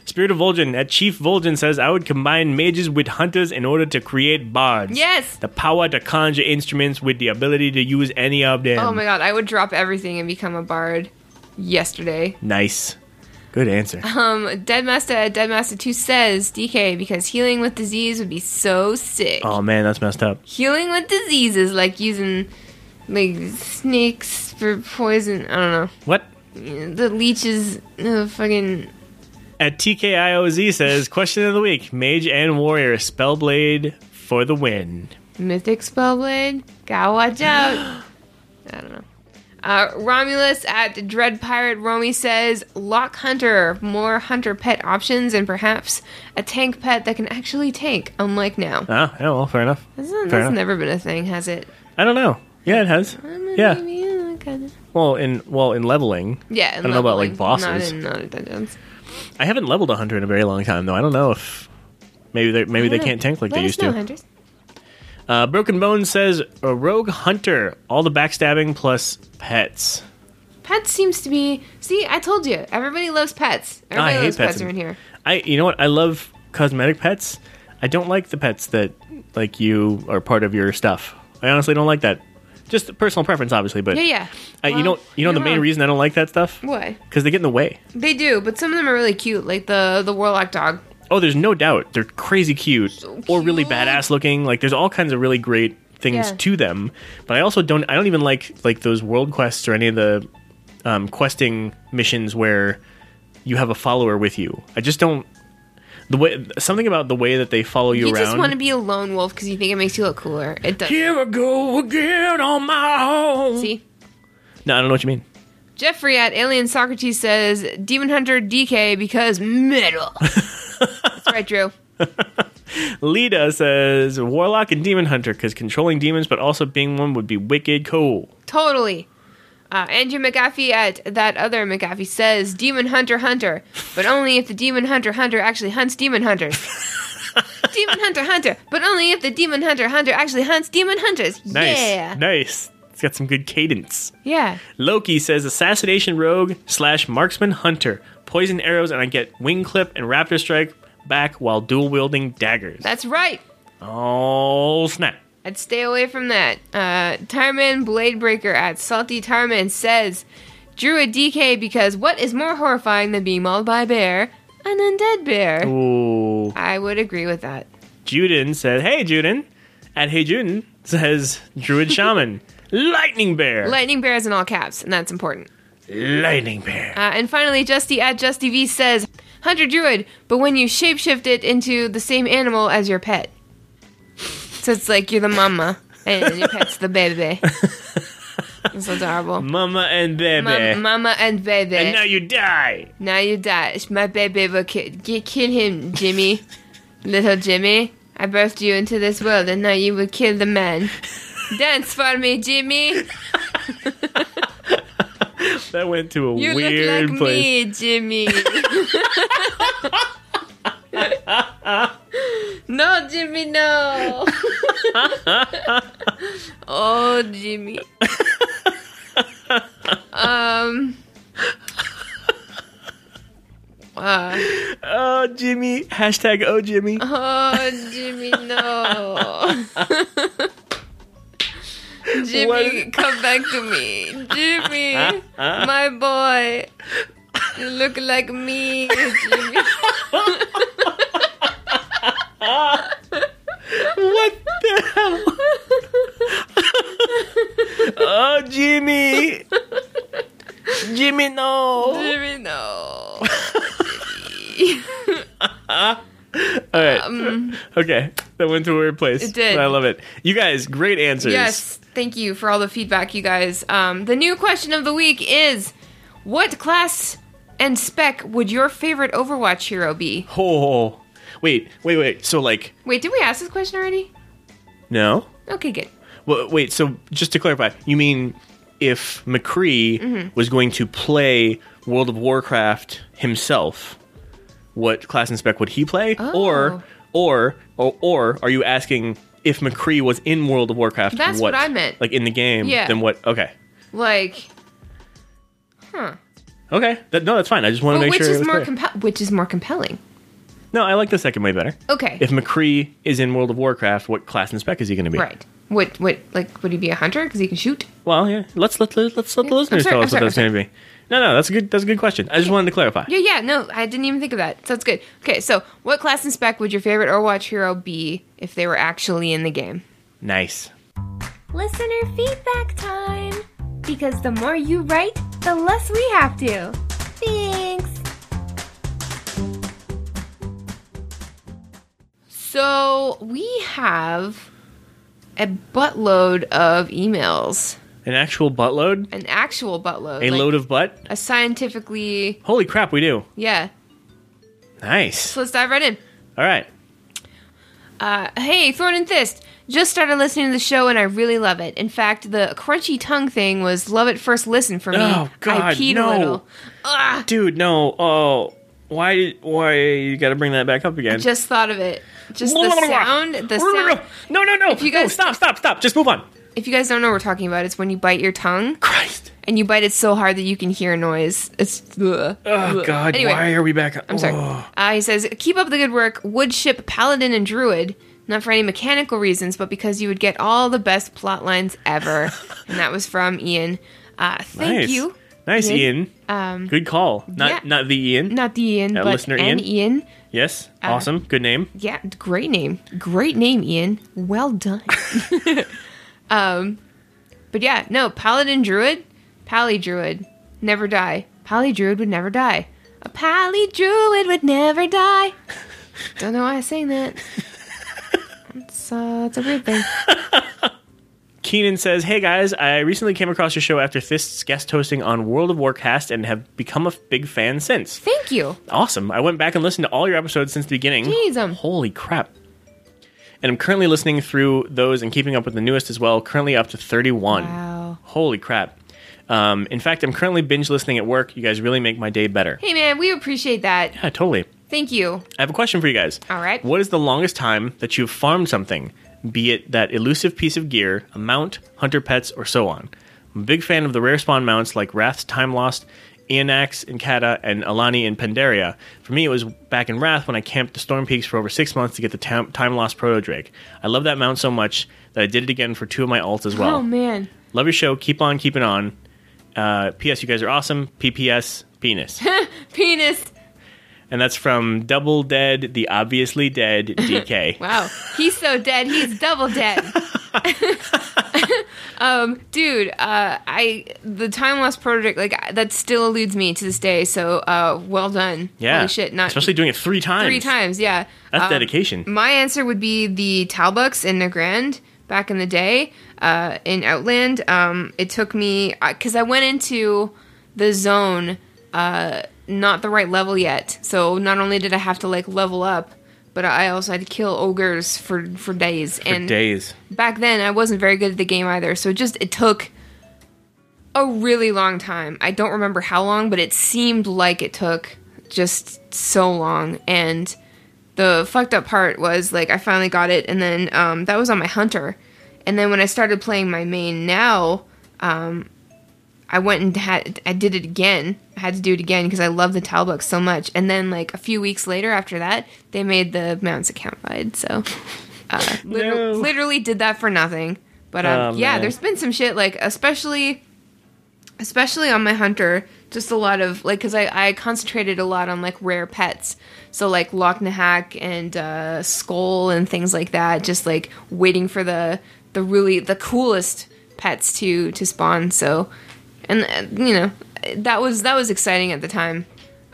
[SPEAKER 2] Spirit of Vol'jin at Chief Vol'jin says I would combine mages with hunters in order to create bards.
[SPEAKER 3] Yes.
[SPEAKER 2] The power to conjure instruments with the ability to use any of them.
[SPEAKER 3] Oh my god, I would drop everything and become a bard yesterday.
[SPEAKER 2] Nice. Good
[SPEAKER 3] *laughs*
[SPEAKER 2] answer.
[SPEAKER 3] Um, Deadmaster at Deadmaster 2 says DK because healing with disease would be so sick.
[SPEAKER 2] oh man, that's messed up.
[SPEAKER 3] healing with diseases, like using like snakes for poison. I
[SPEAKER 2] What?
[SPEAKER 3] don't know. The leeches, uh, fucking
[SPEAKER 2] At TKIOZ says, question of the week, mage and warrior, spellblade for the win.
[SPEAKER 3] mythic spellblade. Gotta
[SPEAKER 2] *gasps*
[SPEAKER 3] watch out. I don't know. Uh, Romulus at Dread Pirate Romy says, Lock Hunter, more hunter pet options, and perhaps a tank pet that can actually tank, unlike now.
[SPEAKER 2] Ah, yeah, well, fair enough.
[SPEAKER 3] That's, not-
[SPEAKER 2] Fair
[SPEAKER 3] that's
[SPEAKER 2] enough.
[SPEAKER 3] never been a thing, has it?
[SPEAKER 2] I don't know. Yeah, it has. Yeah.
[SPEAKER 3] Maybe, yeah, kinda.
[SPEAKER 2] Well, in well in leveling.
[SPEAKER 3] Yeah,
[SPEAKER 2] I don't know about like
[SPEAKER 3] leveling.
[SPEAKER 2] bosses.
[SPEAKER 3] Not in, not in dungeons.
[SPEAKER 2] I haven't leveled a hunter in a very long time though. I don't know if maybe they maybe they can't tank like
[SPEAKER 3] Let
[SPEAKER 2] they
[SPEAKER 3] us
[SPEAKER 2] used
[SPEAKER 3] know,
[SPEAKER 2] to.
[SPEAKER 3] Hunters.
[SPEAKER 2] Uh, Broken Bone says a rogue hunter, all the backstabbing plus pets.
[SPEAKER 3] Pets seems to be. See, I told you. Everybody loves pets. Everybody
[SPEAKER 2] I hate
[SPEAKER 3] loves
[SPEAKER 2] pets
[SPEAKER 3] pets
[SPEAKER 2] and-
[SPEAKER 3] around here.
[SPEAKER 2] I you know what? I love cosmetic pets. I don't like the pets that like you are part of your stuff. I honestly don't like that. Just personal preference, obviously, but
[SPEAKER 3] Yeah, yeah.
[SPEAKER 2] I, Uh, you
[SPEAKER 3] Well,
[SPEAKER 2] know, you know
[SPEAKER 3] you're
[SPEAKER 2] the main
[SPEAKER 3] wrong.
[SPEAKER 2] reason I don't like that stuff
[SPEAKER 3] What?
[SPEAKER 2] because they get in the way.
[SPEAKER 3] They do, but some of them are really cute, like the the warlock dog.
[SPEAKER 2] Oh, there's no doubt they're crazy cute, or really
[SPEAKER 3] cute.
[SPEAKER 2] badass looking. Like there's all kinds of really great things
[SPEAKER 3] Yeah.
[SPEAKER 2] to them. But I also don't. I don't even like like those world quests or any of the um, questing missions where you have a follower with you. I just don't. The way something about the way that they follow you,
[SPEAKER 3] You
[SPEAKER 2] around.
[SPEAKER 3] just want to be a lone wolf because you think it makes you look cooler. It does.
[SPEAKER 2] Here I go again on my own.
[SPEAKER 3] See,
[SPEAKER 2] No, I don't know what you mean.
[SPEAKER 3] Jeffrey at Alien Socrates says Demon Hunter DK
[SPEAKER 2] *laughs*
[SPEAKER 3] because metal. That's right, Drew.
[SPEAKER 2] Lita says Warlock and Demon Hunter because controlling demons, but also being one would be wicked cool.
[SPEAKER 3] Totally. Uh, Andrew McAfee at that other McAfee says Demon Hunter Hunter, but only if the Demon Hunter Hunter actually hunts
[SPEAKER 2] *laughs*
[SPEAKER 3] Demon Hunters. demon Hunter Hunter, but only if the Demon Hunter Hunter actually hunts Demon Hunters.
[SPEAKER 2] Nice,
[SPEAKER 3] Yeah.
[SPEAKER 2] nice. It's got some good cadence.
[SPEAKER 3] Yeah.
[SPEAKER 2] Loki says assassination rogue slash marksman hunter, poison arrows, and I get wing clip and raptor strike back while dual wielding daggers.
[SPEAKER 3] That's right.
[SPEAKER 2] Oh snap!
[SPEAKER 3] I'd stay away from that. Uh, Tarman Bladebreaker at Salty Tarman says, Drew a DK because what is more horrifying than being mauled by a bear? An undead bear.
[SPEAKER 2] Ooh.
[SPEAKER 3] I would agree with that.
[SPEAKER 2] Juden said, "Hey Juden," and Hey Juden says, "Druid shaman, lightning bear,
[SPEAKER 3] Lightning bear is in all caps, and that's important.
[SPEAKER 2] lightning bear."
[SPEAKER 3] Uh, and finally, Justy at Justy V says, Hunter Druid, but when you shapeshift it into the same animal as your pet. So it's like you're the mama, and your pet's the
[SPEAKER 2] *laughs*
[SPEAKER 3] baby. It's adorable.
[SPEAKER 2] Mama and baby,
[SPEAKER 3] Mama, mama and baby.
[SPEAKER 2] and now you die.
[SPEAKER 3] Now you die. It's my baby will kill, get, kill him, Jimmy. Little Jimmy, I birthed you into this world and now you will kill
[SPEAKER 2] *laughs*
[SPEAKER 3] the man. Dance for me, Jimmy.
[SPEAKER 2] That went to a
[SPEAKER 3] You
[SPEAKER 2] weird
[SPEAKER 3] look like
[SPEAKER 2] place.
[SPEAKER 3] me, Jimmy. *laughs* no, Jimmy,
[SPEAKER 2] *laughs*
[SPEAKER 3] no.
[SPEAKER 2] *laughs*
[SPEAKER 3] oh, Jimmy. um. Uh,
[SPEAKER 2] Oh Jimmy, hashtag Oh Jimmy.
[SPEAKER 3] Oh, Jimmy, no. Jimmy,
[SPEAKER 2] What?
[SPEAKER 3] come back to me. Jimmy, my boy. You look like me, Jimmy.
[SPEAKER 2] What the hell? oh, Jimmy. Jimmy, no.
[SPEAKER 3] Jimmy, no.
[SPEAKER 2] All right. okay. That went to a weird place.
[SPEAKER 3] um, It did.
[SPEAKER 2] But I love it. You guys, great answers.
[SPEAKER 3] Yes, thank you for all the feedback, you guys. Um, the new question of the week is What class and spec would your favorite Overwatch hero be?
[SPEAKER 2] Oh, wait, wait, wait. So, like,
[SPEAKER 3] Wait, did we ask this question already?
[SPEAKER 2] no?
[SPEAKER 3] Okay, good.
[SPEAKER 2] Well, wait, so just to clarify, you mean if McCree
[SPEAKER 3] Mm-hmm.
[SPEAKER 2] was going to play World of Warcraft himself, what class and spec would he play? Or,
[SPEAKER 3] Oh.
[SPEAKER 2] or, or, or are you asking if McCree was in World of Warcraft?
[SPEAKER 3] That's what I meant.
[SPEAKER 2] Like in the game,
[SPEAKER 3] Yeah.
[SPEAKER 2] then what? Okay.
[SPEAKER 3] Like, huh.
[SPEAKER 2] Okay. That, no, that's fine. I just want to
[SPEAKER 3] But
[SPEAKER 2] make
[SPEAKER 3] which
[SPEAKER 2] sure. it
[SPEAKER 3] is
[SPEAKER 2] was
[SPEAKER 3] more
[SPEAKER 2] clear.
[SPEAKER 3] compe- which is more compelling?
[SPEAKER 2] no, I like the second way better.
[SPEAKER 3] Okay,
[SPEAKER 2] If McCree is in World of Warcraft, what class and spec is he going to be?
[SPEAKER 3] right. What what like would he be a hunter because he can shoot?
[SPEAKER 2] Well, yeah. Let's let let- let's let the
[SPEAKER 3] Yeah.
[SPEAKER 2] listeners
[SPEAKER 3] I'm sorry,
[SPEAKER 2] tell
[SPEAKER 3] I'm
[SPEAKER 2] us
[SPEAKER 3] sorry,
[SPEAKER 2] what that's
[SPEAKER 3] I'm
[SPEAKER 2] going to be. No, no, that's a good that's a good question. I just wanted to clarify.
[SPEAKER 3] Yeah, yeah. No, I didn't even think of that. So that's good. Okay, so what class and spec would your favorite Overwatch hero be if they were actually in the game?
[SPEAKER 2] Nice.
[SPEAKER 1] Listener feedback time! Because the more you write, the less we have to. Thanks!
[SPEAKER 3] So we have a buttload of emails,
[SPEAKER 2] An actual buttload?
[SPEAKER 3] an actual buttload,
[SPEAKER 2] A
[SPEAKER 3] like
[SPEAKER 2] load of butt?
[SPEAKER 3] a scientifically,
[SPEAKER 2] Holy crap, we do.
[SPEAKER 3] yeah.
[SPEAKER 2] Nice.
[SPEAKER 3] So let's dive right in.
[SPEAKER 2] All right.
[SPEAKER 3] Uh, hey, Thorn and Thist, just started listening to the show and I really love it. In fact, the crunchy tongue thing was love at first listen for me.
[SPEAKER 2] Oh,
[SPEAKER 3] I
[SPEAKER 2] God,
[SPEAKER 3] peed
[SPEAKER 2] no.
[SPEAKER 3] a little. Ah,
[SPEAKER 2] Dude, no. Oh, why? Why you got to bring that back up again?
[SPEAKER 3] just thought of it. Just
[SPEAKER 2] *laughs*
[SPEAKER 3] the sound. The sound.
[SPEAKER 2] No, no, no. If
[SPEAKER 3] you
[SPEAKER 2] you
[SPEAKER 3] guys-
[SPEAKER 2] guys stop, stop, stop. Just move on.
[SPEAKER 3] If you guys don't know what we're talking about, it's when you bite your tongue
[SPEAKER 2] Christ.
[SPEAKER 3] and you bite it so hard that you can hear a noise. It's. ugh,
[SPEAKER 2] Oh
[SPEAKER 3] ugh.
[SPEAKER 2] God.
[SPEAKER 3] Anyway,
[SPEAKER 2] Why are we back? Oh,
[SPEAKER 3] I'm sorry. Uh, he says, keep up the good work, woodship, paladin, and druid. Not for any mechanical reasons, but because you would get all the best plot lines
[SPEAKER 2] *laughs*
[SPEAKER 3] ever. and that was from Ian. Uh, thank
[SPEAKER 2] nice.
[SPEAKER 3] you.
[SPEAKER 2] Nice,
[SPEAKER 3] Ian.
[SPEAKER 2] Ian.
[SPEAKER 3] Um,
[SPEAKER 2] Good call. Not
[SPEAKER 3] yeah.
[SPEAKER 2] not the Ian.
[SPEAKER 3] not the Ian,
[SPEAKER 2] Uh,
[SPEAKER 3] but
[SPEAKER 2] listener
[SPEAKER 3] an Ian.
[SPEAKER 2] Yes.
[SPEAKER 3] Uh,
[SPEAKER 2] awesome. Good name.
[SPEAKER 3] Yeah, great name. Great name, Ian. Well done. *laughs* um, but yeah, no, paladin druid, pally druid, never die. Pally druid would never die. A pally druid would never die. Don't know why I sang that. It's, uh, it's a weird thing.
[SPEAKER 2] Keenan says, "Hey guys, I recently came across your show after Thist's guest hosting on World of Warcast and have become a f- big fan since.
[SPEAKER 3] Thank you.
[SPEAKER 2] Awesome! I went back and listened to all your episodes since the beginning.
[SPEAKER 3] Jeez, um.
[SPEAKER 2] Holy crap!" And I'm currently listening through those and keeping up with the newest as well. Currently up to 31.
[SPEAKER 3] Wow.
[SPEAKER 2] Holy crap! Um, in fact, I'm currently binge listening at work. You guys really make my day better.
[SPEAKER 3] Hey, man, we appreciate that.
[SPEAKER 2] Yeah, totally.
[SPEAKER 3] Thank you.
[SPEAKER 2] I have a question for you guys.
[SPEAKER 3] All right.
[SPEAKER 2] What is the longest time that you've farmed something, be it that elusive piece of gear, a mount, hunter pets, or so on? I'm a big fan of the rare spawn mounts like Wrath's Time Lost, Ianax and Kata, and Alani and Pandaria. For me, it was back in Wrath when I camped the Storm Peaks for over six months to get the tam- Time Lost Proto Drake. I love that mount so much that I did it again for two of my alts as well.
[SPEAKER 3] Oh, man.
[SPEAKER 2] Love your show. Keep on keeping on. Uh, P.S. You guys are awesome. P.P.S. Penis.
[SPEAKER 3] Penis.
[SPEAKER 2] And that's from Double Dead, the obviously dead
[SPEAKER 3] *laughs*
[SPEAKER 2] DK.
[SPEAKER 3] Wow. He's so dead, he's
[SPEAKER 2] *laughs*
[SPEAKER 3] double dead. um, dude, uh, I the time lost project like I- that still eludes me to this day. So, uh, well done.
[SPEAKER 2] Yeah.
[SPEAKER 3] Holy shit, not
[SPEAKER 2] especially doing it three times.
[SPEAKER 3] three times. Yeah.
[SPEAKER 2] That's
[SPEAKER 3] Um,
[SPEAKER 2] dedication.
[SPEAKER 3] My answer would be the Talbucks in Nagrand back in the day uh, in Outland. Um, it took me because I went into the zone uh, not the right level yet. So not only did I have to like level up, but I also had to kill ogres for for days.
[SPEAKER 2] For
[SPEAKER 3] and
[SPEAKER 2] days.
[SPEAKER 3] back then I wasn't very good at the game either. So it just it took a really long time. I don't remember how long, but it seemed like it took just so long. And the fucked up part was like I finally got it, and then um, that was on my hunter. And then when I started playing my main now, um, I went and had I did it again. I had to do it again because I love the Talbuck so much. And then like a few weeks later after that, they made the mounts account wide. So uh, liter-
[SPEAKER 2] No.
[SPEAKER 3] literally did that for nothing. But um,
[SPEAKER 2] Oh,
[SPEAKER 3] yeah,
[SPEAKER 2] man.
[SPEAKER 3] there's been some shit like especially especially on my hunter just a lot of like because I, I concentrated a lot on like rare pets so like loch nahack and uh, skull and things like that just like waiting for the the really the coolest pets to to spawn so and uh, you know that was that was exciting at the time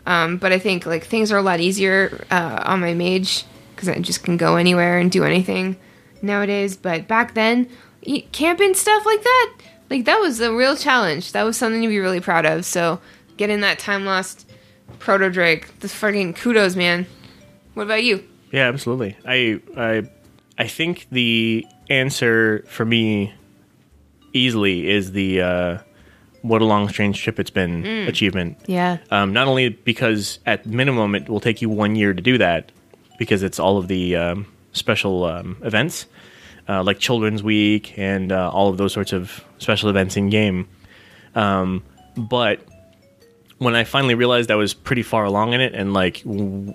[SPEAKER 3] um, but i think like things are a lot easier uh, on my mage because i just can go anywhere and do anything nowadays but back then y- camping stuff like that like that was a real challenge that was something to be really proud of so getting that time lost proto drake the fucking kudos man what about you
[SPEAKER 2] Yeah, absolutely. I I I think the answer for me easily is the uh, what a long strange trip it's been
[SPEAKER 3] Mm.
[SPEAKER 2] achievement.
[SPEAKER 3] yeah
[SPEAKER 2] Um, not only because at minimum it will take you one year to do that, because it's all of the um, special um, events, uh, like Children's Week and uh, all of those sorts of special events in game. Um, but when I finally realized I was pretty far along in it and like w-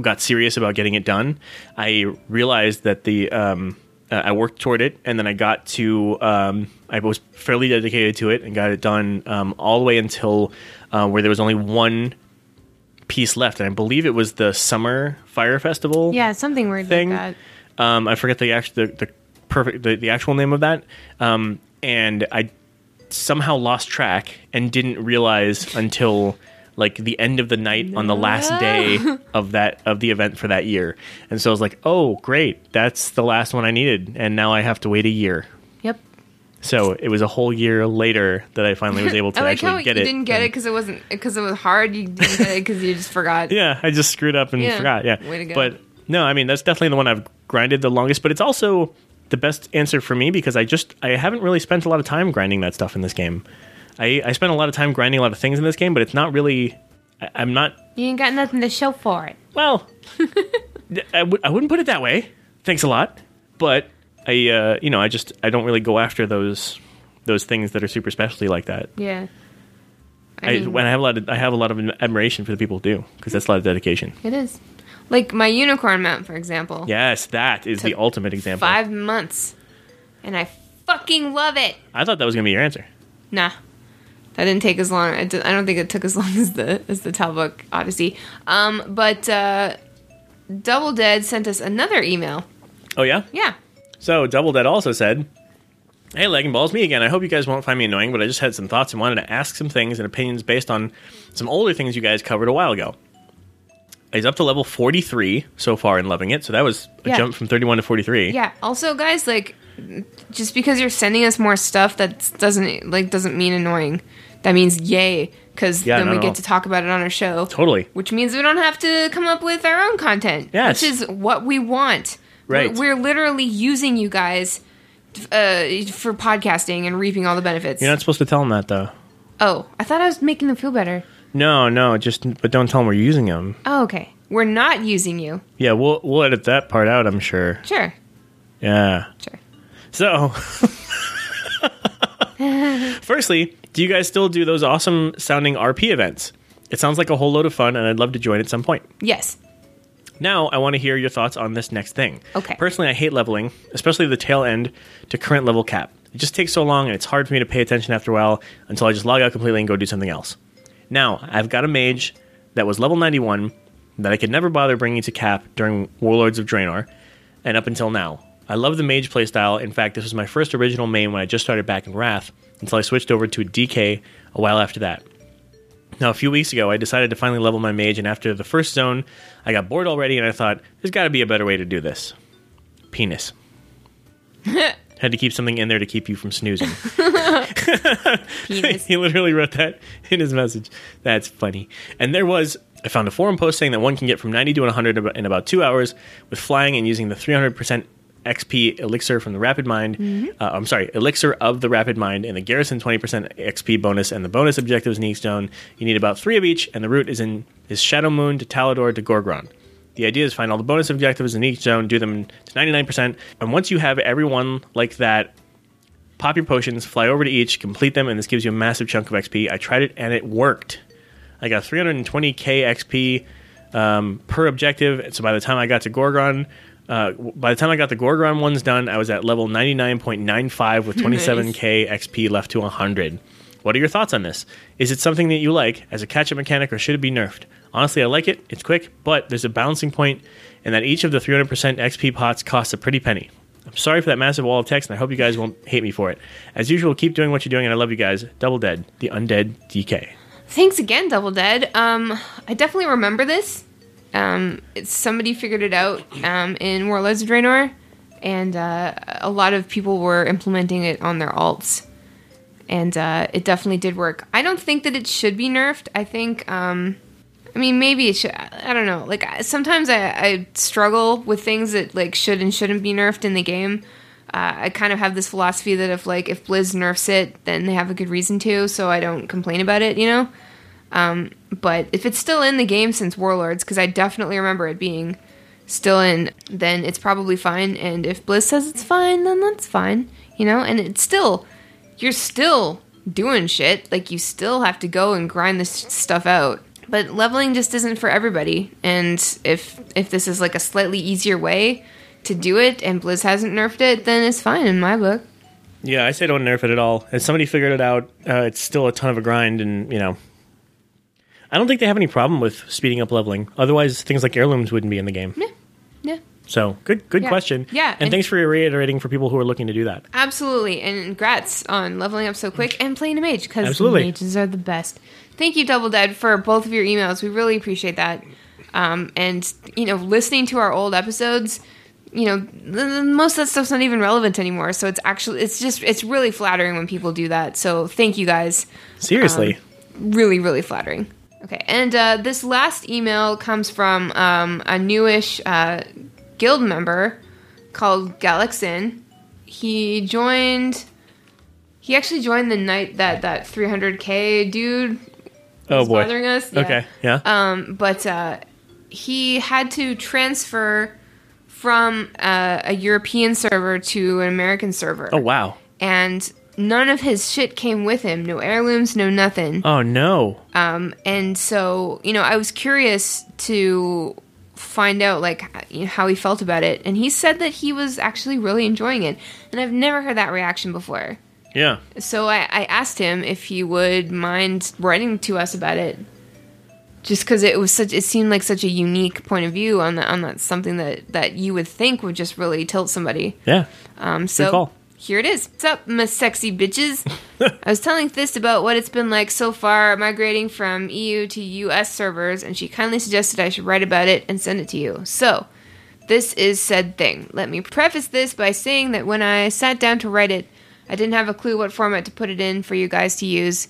[SPEAKER 2] got serious about getting it done, I realized that the um, uh, I worked toward it, and then I got to um, I was fairly dedicated to it and got it done um, all the way until uh, where there was only one piece left, and I believe it was the summer fire festival.
[SPEAKER 3] yeah something weird
[SPEAKER 2] Thing.
[SPEAKER 3] like that
[SPEAKER 2] Um, I forget the act- the, the perfect the, the actual name of that. Um, and I somehow lost track and didn't realize until like the end of the night on the last
[SPEAKER 3] *laughs*
[SPEAKER 2] day of that of the event for that year. And so I was like, "Oh, great. That's the last one I needed and now I have to wait a year."
[SPEAKER 3] yep
[SPEAKER 2] So it was a whole year later that I finally
[SPEAKER 3] *laughs*
[SPEAKER 2] was able to
[SPEAKER 3] I like
[SPEAKER 2] actually
[SPEAKER 3] how
[SPEAKER 2] get
[SPEAKER 3] you
[SPEAKER 2] it.
[SPEAKER 3] didn't get it because it
[SPEAKER 2] *laughs*
[SPEAKER 3] wasn't because it was hard. You didn't get it because you just forgot.
[SPEAKER 2] Yeah, I just screwed up and
[SPEAKER 3] Yeah.
[SPEAKER 2] forgot. Yeah,
[SPEAKER 3] Way to go.
[SPEAKER 2] But no, I mean that's definitely the one I've grinded the longest, but it's also the best answer for me because I just I haven't really spent a lot of time grinding that stuff in this game. I, I spent a lot of time grinding a lot of things in this game, but it's not really. I, I'm not.
[SPEAKER 1] You ain't got nothing to show for it.
[SPEAKER 3] *laughs*
[SPEAKER 2] Well, I w- I wouldn't put it that way. Thanks a lot, but I uh, you know I just I don't really go after those those things that are super specialty like that.
[SPEAKER 3] Yeah. I
[SPEAKER 2] I,
[SPEAKER 3] mean-
[SPEAKER 2] when I have a lot of I have a lot of admiration for the people who do because that's a lot of
[SPEAKER 3] *laughs*
[SPEAKER 2] dedication.
[SPEAKER 3] It is. Like my unicorn mount, for example.
[SPEAKER 2] Yes, that is the
[SPEAKER 3] Took
[SPEAKER 2] ultimate example.
[SPEAKER 3] Five months. And I fucking love it.
[SPEAKER 2] I thought that was gonna be your answer.
[SPEAKER 3] Nah. That didn't take as long. I d- I don't think it took as *laughs* long as the as the Talbot Odyssey. Um, but uh, Double Dead sent us another email.
[SPEAKER 2] Oh yeah.
[SPEAKER 3] Yeah.
[SPEAKER 2] So Double Dead also said, "Hey, Leg and Balls, me again. I hope you guys won't find me annoying, but I just had some thoughts and wanted to ask some things and opinions based on some older things you guys covered a while ago." He's up to level forty three so far and loving it. So that was a
[SPEAKER 3] Yeah.
[SPEAKER 2] jump from thirty one to forty three.
[SPEAKER 3] Yeah. Also, guys, like, just because you're sending us more stuff that doesn't like doesn't mean annoying. That means yay, because
[SPEAKER 2] Yeah,
[SPEAKER 3] then
[SPEAKER 2] no,
[SPEAKER 3] we
[SPEAKER 2] no.
[SPEAKER 3] get to talk about it on our show.
[SPEAKER 2] Totally.
[SPEAKER 3] Which means we don't have to come up with our own content.
[SPEAKER 2] Yes.
[SPEAKER 3] Which is what we want.
[SPEAKER 2] Right.
[SPEAKER 3] We're, we're literally using you guys uh, for podcasting and reaping all the benefits.
[SPEAKER 2] You're not supposed to tell him that though.
[SPEAKER 3] oh, I thought I was making them feel better.
[SPEAKER 2] No, no, just but don't tell him we're using him.
[SPEAKER 3] Oh, okay. We're not using you.
[SPEAKER 2] Yeah, we'll we'll edit that part out. I'm sure.
[SPEAKER 3] Sure.
[SPEAKER 2] Yeah.
[SPEAKER 3] Sure.
[SPEAKER 2] So, *laughs* firstly, do you guys still do those awesome sounding RP events? It sounds like a whole load of fun, and I'd love to join at some point.
[SPEAKER 3] Yes.
[SPEAKER 2] Now, I want to hear your thoughts on this next thing.
[SPEAKER 3] Okay.
[SPEAKER 2] Personally, I hate leveling, especially the tail end to current level cap. It just takes so long, and it's hard for me to pay attention after a while until I just log out completely and go do something else. Now, I've got a mage that was level 91 that I could never bother bringing to cap during Warlords of Draenor and up until now. I love the mage playstyle. In fact, this was my first original main when I just started back in Wrath until I switched over to DK a while after that. Now, a few weeks ago, I decided to finally level my mage, and after the first zone, I got bored already, and I thought, there's got to be a better way to do this. Penis. Had to keep something in there to keep you from snoozing. *laughs*
[SPEAKER 3] Penis.
[SPEAKER 2] he literally wrote that in his message. That's funny. And there was, I found a forum post saying that one can get from 90 to 100 ab- in about two hours with flying and using the 300% XP elixir from the Rapid Mind. Uh, I'm sorry, elixir of the Rapid Mind and the Garrison 20% XP bonus and the bonus objectives in each zone. You need about three of each, and the route is in is Shadow Moon to Talador to Gorgron. The idea is find all the bonus objectives in each zone, do them to 99%, and once you have everyone like that pop your potions, fly over to each, complete them, and this gives you a massive chunk of XP. I tried it and it worked. I got 320k XP um, per objective. and So by the time I got to Gorgon, uh, w- by the time I got the Gorgon ones done, I was at level 99.95 with 27k XP left to 100. What are your thoughts on this? Is it something that you like as a catch-up mechanic, or should it be nerfed? Honestly, I like it. It's quick, but there's a balancing point, and that each of the 300% XP pots costs a pretty penny. I'm sorry for that massive wall of text, and I hope you guys won't hate me for it. As usual, keep doing what you're doing, and I love you guys. Double Dead, the Undead DK.
[SPEAKER 3] Thanks again, Double Dead. Um, I definitely remember this. Um, it's, somebody figured it out um, in Warlords of Draenor, and uh, a lot of people were implementing it on their alts, and uh, it definitely did work. I don't think that it should be nerfed. I think, um, I mean, maybe it should. I I don't know. Like I- sometimes I, I struggle with things that like should and shouldn't be nerfed in the game. Uh, I kind of have this philosophy that if like if Blizz nerfs it, then they have a good reason to, so I don't complain about it. You know but if it's still in the game since Warlords, because I definitely remember it being still in, then it's probably fine. And if Bliss says it's fine, then that's fine, you know. And it's still, you're still doing shit. Like you still have to go and grind this stuff out. But leveling just isn't for everybody. And if if this is like a slightly easier way to do it, and Blizz hasn't nerfed it, then it's fine in my book.
[SPEAKER 2] Yeah, I say don't nerf it at all. As somebody figured it out, uh, it's still a ton of a grind, and you know, I don't think they have any problem with speeding up leveling. Otherwise, things like heirlooms wouldn't be in the game.
[SPEAKER 3] Yeah.
[SPEAKER 2] So, good, good
[SPEAKER 3] Yeah.
[SPEAKER 2] question.
[SPEAKER 3] Yeah,
[SPEAKER 2] and,
[SPEAKER 3] and- Um,
[SPEAKER 2] thanks for reiterating for people who are looking to do that.
[SPEAKER 3] Absolutely, and congrats on leveling up so quick and playing a mage because
[SPEAKER 2] Absolutely.
[SPEAKER 3] mages are the best. Thank you, Double Dead, for both of your emails. We really appreciate that. Um, and you know, listening to our old episodes, you know, th- th- most of that stuff's not even relevant anymore. So it's actually, it's just, it's really flattering when people do that. So thank you guys,
[SPEAKER 2] Seriously,
[SPEAKER 3] really, really flattering. Okay, and uh, this last email comes from um, a newish uh, guild member called Galaxin. He joined. He actually joined the night that that 300k dude
[SPEAKER 2] Oh
[SPEAKER 3] was
[SPEAKER 2] boy.
[SPEAKER 3] bothering us. Yeah.
[SPEAKER 2] Okay. Yeah.
[SPEAKER 3] Um, but uh, he had to transfer from uh, a European server to an American server.
[SPEAKER 2] oh wow.
[SPEAKER 3] And none of his shit came with him. No heirlooms, no nothing.
[SPEAKER 2] Oh no.
[SPEAKER 3] Um, and so, you know, I was curious to find out like you know, how he felt about it. And he said that he was actually really enjoying it. And I've never heard that reaction before.
[SPEAKER 2] Yeah.
[SPEAKER 3] So I, I asked him if he would mind writing to us about it, just because it was such. It seemed like such a unique point of view on that on that something that that you would think would just really tilt somebody.
[SPEAKER 2] Yeah.
[SPEAKER 3] Um, so
[SPEAKER 2] call.
[SPEAKER 3] here it is. What's up, Miss Sexy Bitches? I was telling Thist about what it's been like so far migrating from EU to US servers, and she kindly suggested I should write about it and send it to you. So this is said thing. Let me preface this by saying that when I sat down to write it, I didn't have a clue what format to put it in for you guys to use.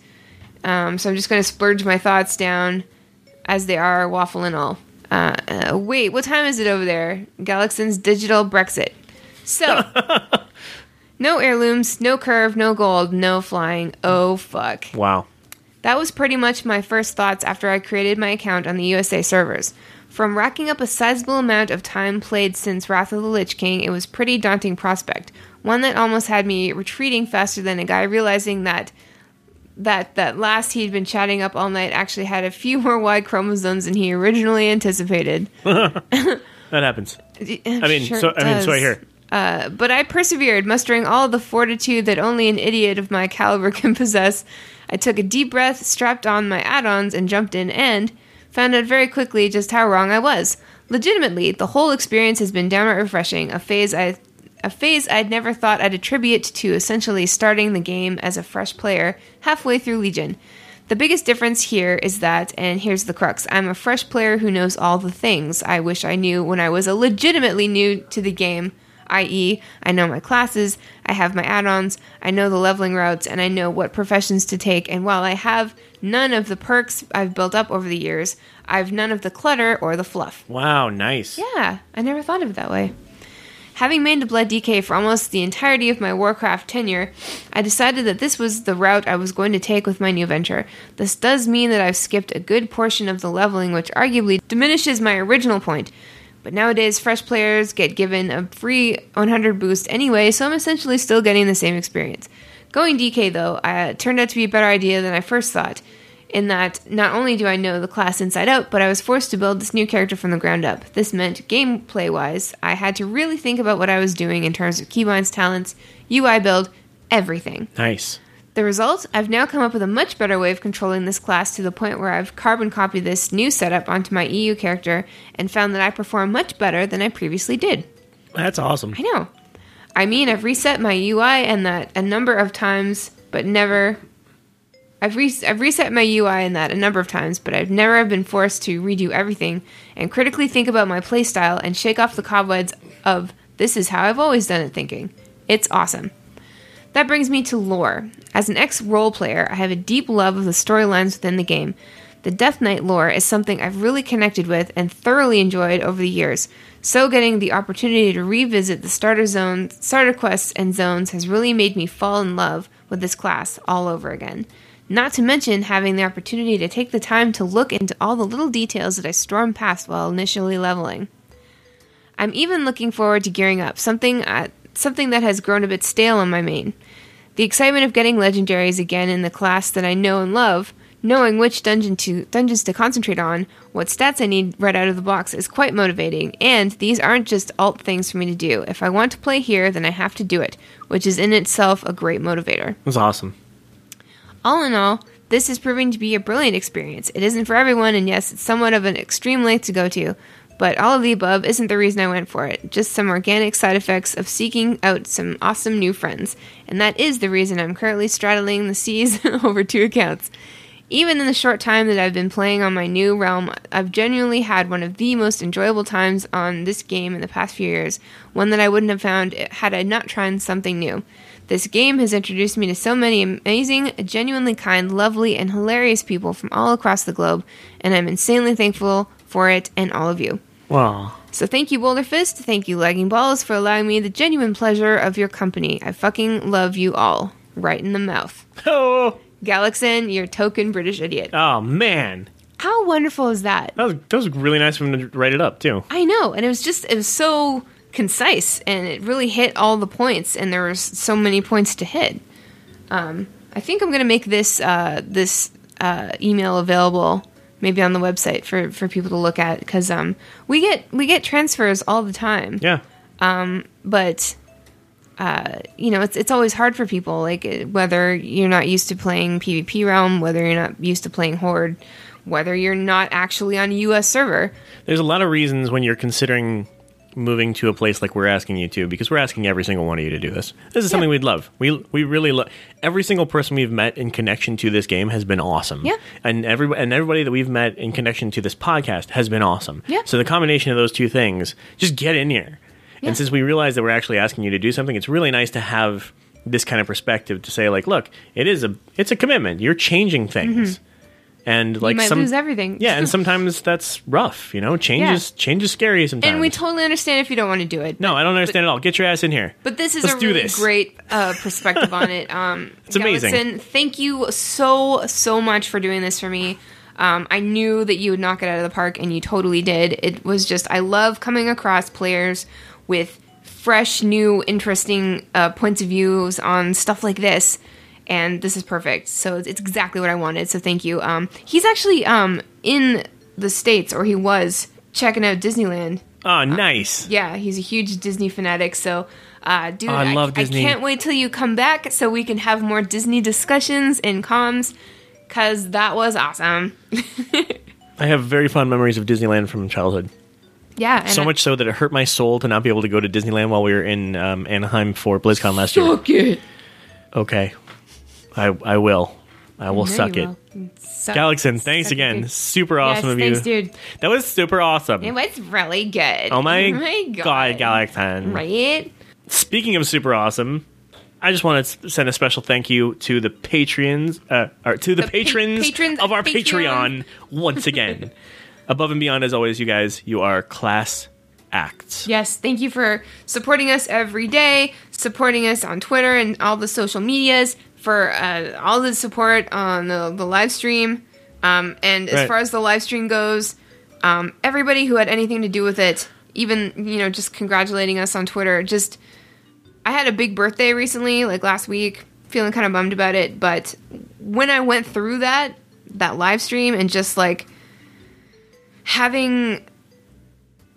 [SPEAKER 3] Um, so I'm just going to splurge my thoughts down as they are, waffle and all. Uh, uh, wait, what time is it over there? Galaxin's digital Brexit. So, no heirlooms, no curve, no gold, no flying. Oh, fuck.
[SPEAKER 2] Wow.
[SPEAKER 3] That was pretty much my first thoughts after I created my account on the USA servers. From racking up a sizable amount of time played since Wrath of the Lich King, it was pretty daunting prospect. One that almost had me retreating faster than a guy realizing that that that last he'd been chatting up all night actually had a few *laughs* more Y chromosomes than he originally anticipated.
[SPEAKER 2] That happens.
[SPEAKER 3] I
[SPEAKER 2] I mean, so I mean, so I hear.
[SPEAKER 3] but I persevered, mustering all the fortitude that only an idiot of my caliber *laughs* can possess. I took a deep breath, strapped on my add ons, and jumped in, and found out very quickly just how wrong I was. Legitimately, the whole experience has been downright refreshing, a phase I a phase I'd never thought I'd attribute to essentially starting the game as a fresh player halfway through Legion. The biggest difference here is that, and here's the crux I'm a fresh player who knows all the things I wish I knew when I was a legitimately new to the game, i.e., I know my classes, I have my add ons, I know the leveling routes, and I know what professions to take. And while I have none of the perks I've built up over the years, I've none of the clutter or the fluff.
[SPEAKER 2] Wow. Nice.
[SPEAKER 3] Yeah, I never thought of it that way. Having main to Blood DK for almost the entirety of my Warcraft tenure, I decided that this was the route I was going to take with my new venture. This does mean that I've skipped a good portion of the leveling, which arguably diminishes my original point. But nowadays, fresh players get given a free 100 boost anyway, so I'm essentially still getting the same experience. Going DK, though, uh, turned out to be a better idea than I first thought in that not only do I know the class inside out, but I was forced to build this new character from the ground up. This meant gameplay wise, I had to really think about what I was doing in terms of keybinds, talents, UI build, everything.
[SPEAKER 2] Nice.
[SPEAKER 3] The result? I've now come up with a much better way of controlling this class to the point where I've carbon copied this new setup onto my EU character and found that I perform much better than I previously did.
[SPEAKER 2] That's awesome.
[SPEAKER 3] I know. I mean, I've reset my UI and that a number of times, but never. I've, re- I've reset my UI and that a number of times, but I've never been forced to redo everything and critically think about my playstyle and shake off the cobwebs of this is how I've always done it thinking. It's awesome. That brings me to lore. As an ex role player, I have a deep love of the storylines within the game. The Death Knight lore is something I've really connected with and thoroughly enjoyed over the years. So getting the opportunity to revisit the starter zones, starter quests and zones has really made me fall in love with this class all over again. Not to mention having the opportunity to take the time to look into all the little details that I stormed past while initially leveling. I'm even looking forward to gearing up, something uh, something that has grown a bit stale on my main. The excitement of getting legendaries again in the class that I know and love, knowing which dungeon to dungeons to concentrate on, what stats I need right out of the box is quite motivating, and these aren't just alt things for me to do. If I want to play here, then I have to do it, which is in itself a great motivator.
[SPEAKER 2] That was awesome.
[SPEAKER 3] All in all, this is proving to be a brilliant experience. It isn't for everyone, and yes, it's somewhat of an extreme length to go to, but all of the above isn't the reason I went for it. Just some organic side effects of seeking out some *laughs* awesome new friends, and that is the reason I'm currently straddling the seas over two accounts. Even in the short time that I've been playing on my new realm, I've genuinely had one of the most enjoyable times on this game in the past few years, one that I wouldn't have found had I not tried something new. This game has introduced me to so many amazing, genuinely kind, lovely, and hilarious people from all across the globe, and I'm insanely thankful for it and all of you.
[SPEAKER 2] Wow.
[SPEAKER 3] So thank you, Boulder Fist. Thank you, Lagging Balls, for allowing me the genuine pleasure of your company. I fucking love you all. Right in the mouth.
[SPEAKER 2] *laughs* Oh,
[SPEAKER 3] Galaxin, you're a token British idiot.
[SPEAKER 2] oh man.
[SPEAKER 3] How wonderful is that?
[SPEAKER 2] That was, that was really nice of him to write it up, too.
[SPEAKER 3] I know, and it was just it was so concise, and it really hit all the points, and there was so many points to hit. Um, I think I'm gonna make this uh, this uh, email available maybe on the website for, for people to look at because um, we get we get transfers all the time,
[SPEAKER 2] Yeah.
[SPEAKER 3] but. Uh, you know, it's it's always hard for people, like it- whether you're not used to playing PvP realm, whether you're not used to playing Horde, whether you're not actually on a US server.
[SPEAKER 2] There's a lot of reasons when you're considering moving to a place like we're asking you to, because we're asking every single one of you to do this. This is something we'd love. We we really love every single person we've met in connection to this game has been awesome.
[SPEAKER 3] Yeah.
[SPEAKER 2] and every and everybody that we've met in connection to this podcast has been awesome.
[SPEAKER 3] Yeah.
[SPEAKER 2] So the combination of those two things, just get in here.
[SPEAKER 3] Yeah.
[SPEAKER 2] And since we realize that we're actually asking you to do something, it's really nice to have this kind of perspective to say like, look, it is a it's a commitment. You're changing things. And like
[SPEAKER 3] Mm-hmm. might
[SPEAKER 2] some
[SPEAKER 3] lose everything.
[SPEAKER 2] Yeah,
[SPEAKER 3] *laughs*
[SPEAKER 2] and sometimes that's rough, you know. Change
[SPEAKER 3] Yeah.
[SPEAKER 2] is change is scary sometimes.
[SPEAKER 3] And we totally understand if you don't want to do it.
[SPEAKER 2] no, I don't understand at all. Get your ass in here.
[SPEAKER 3] But this is
[SPEAKER 2] Let's
[SPEAKER 3] a
[SPEAKER 2] do
[SPEAKER 3] really
[SPEAKER 2] this.
[SPEAKER 3] great uh, perspective
[SPEAKER 2] *laughs*
[SPEAKER 3] on it. Um, it's
[SPEAKER 2] amazing.
[SPEAKER 3] thank you so so much for doing this for me. Um, I knew that you would knock it out of the park, and you totally did. It was just I love coming across players with fresh, new, interesting uh, points of views on stuff like this, and this is perfect. So it's, it's exactly what I wanted. So thank you. Um, he's actually um, in the states, or he was checking out Disneyland.
[SPEAKER 2] Oh, nice.
[SPEAKER 3] Yeah, he's a huge Disney fanatic. So, uh, dude,
[SPEAKER 2] Oh, I love Disney.
[SPEAKER 3] can't wait till you come back so we can have more Disney discussions and comms because that was awesome.
[SPEAKER 2] I have very fond memories of Disneyland from childhood.
[SPEAKER 3] yeah, and
[SPEAKER 2] so
[SPEAKER 3] I-
[SPEAKER 2] much so that it hurt my soul to not be able to go to Disneyland while we were in um, Anaheim for BlizzCon last year.
[SPEAKER 3] *laughs* Suck it.
[SPEAKER 2] Okay, I I will. I will
[SPEAKER 3] No, you
[SPEAKER 2] suck it.
[SPEAKER 3] will. Suck-
[SPEAKER 2] Galaxin, thanks
[SPEAKER 3] suck it,
[SPEAKER 2] again.
[SPEAKER 3] dude.
[SPEAKER 2] Super
[SPEAKER 3] Yes,
[SPEAKER 2] awesome of you.
[SPEAKER 3] thanks, dude.
[SPEAKER 2] That was super awesome.
[SPEAKER 3] It was really good.
[SPEAKER 2] oh
[SPEAKER 3] *laughs*
[SPEAKER 2] my,
[SPEAKER 3] god,
[SPEAKER 2] god, Galaxin.
[SPEAKER 3] Right?
[SPEAKER 2] Speaking of super awesome, I just want to s- send a special thank you to the patrons, uh, or to the,
[SPEAKER 3] The pa-
[SPEAKER 2] patrons,
[SPEAKER 3] patrons
[SPEAKER 2] of our Patreon
[SPEAKER 3] Patreon.
[SPEAKER 2] once *laughs* again. Above and beyond, as always, you guys, you are class acts.
[SPEAKER 3] Yes, thank you for supporting us every day, supporting us on Twitter and all the social medias, for uh, all the support on the, the live stream. Um, and as
[SPEAKER 2] Right.
[SPEAKER 3] far as the live stream goes, um, everybody who had anything to do with it, even, you know, just congratulating us on Twitter, just. I had a big birthday recently, like last week, feeling kind of bummed about it. But when I went through that, that live stream, and just like having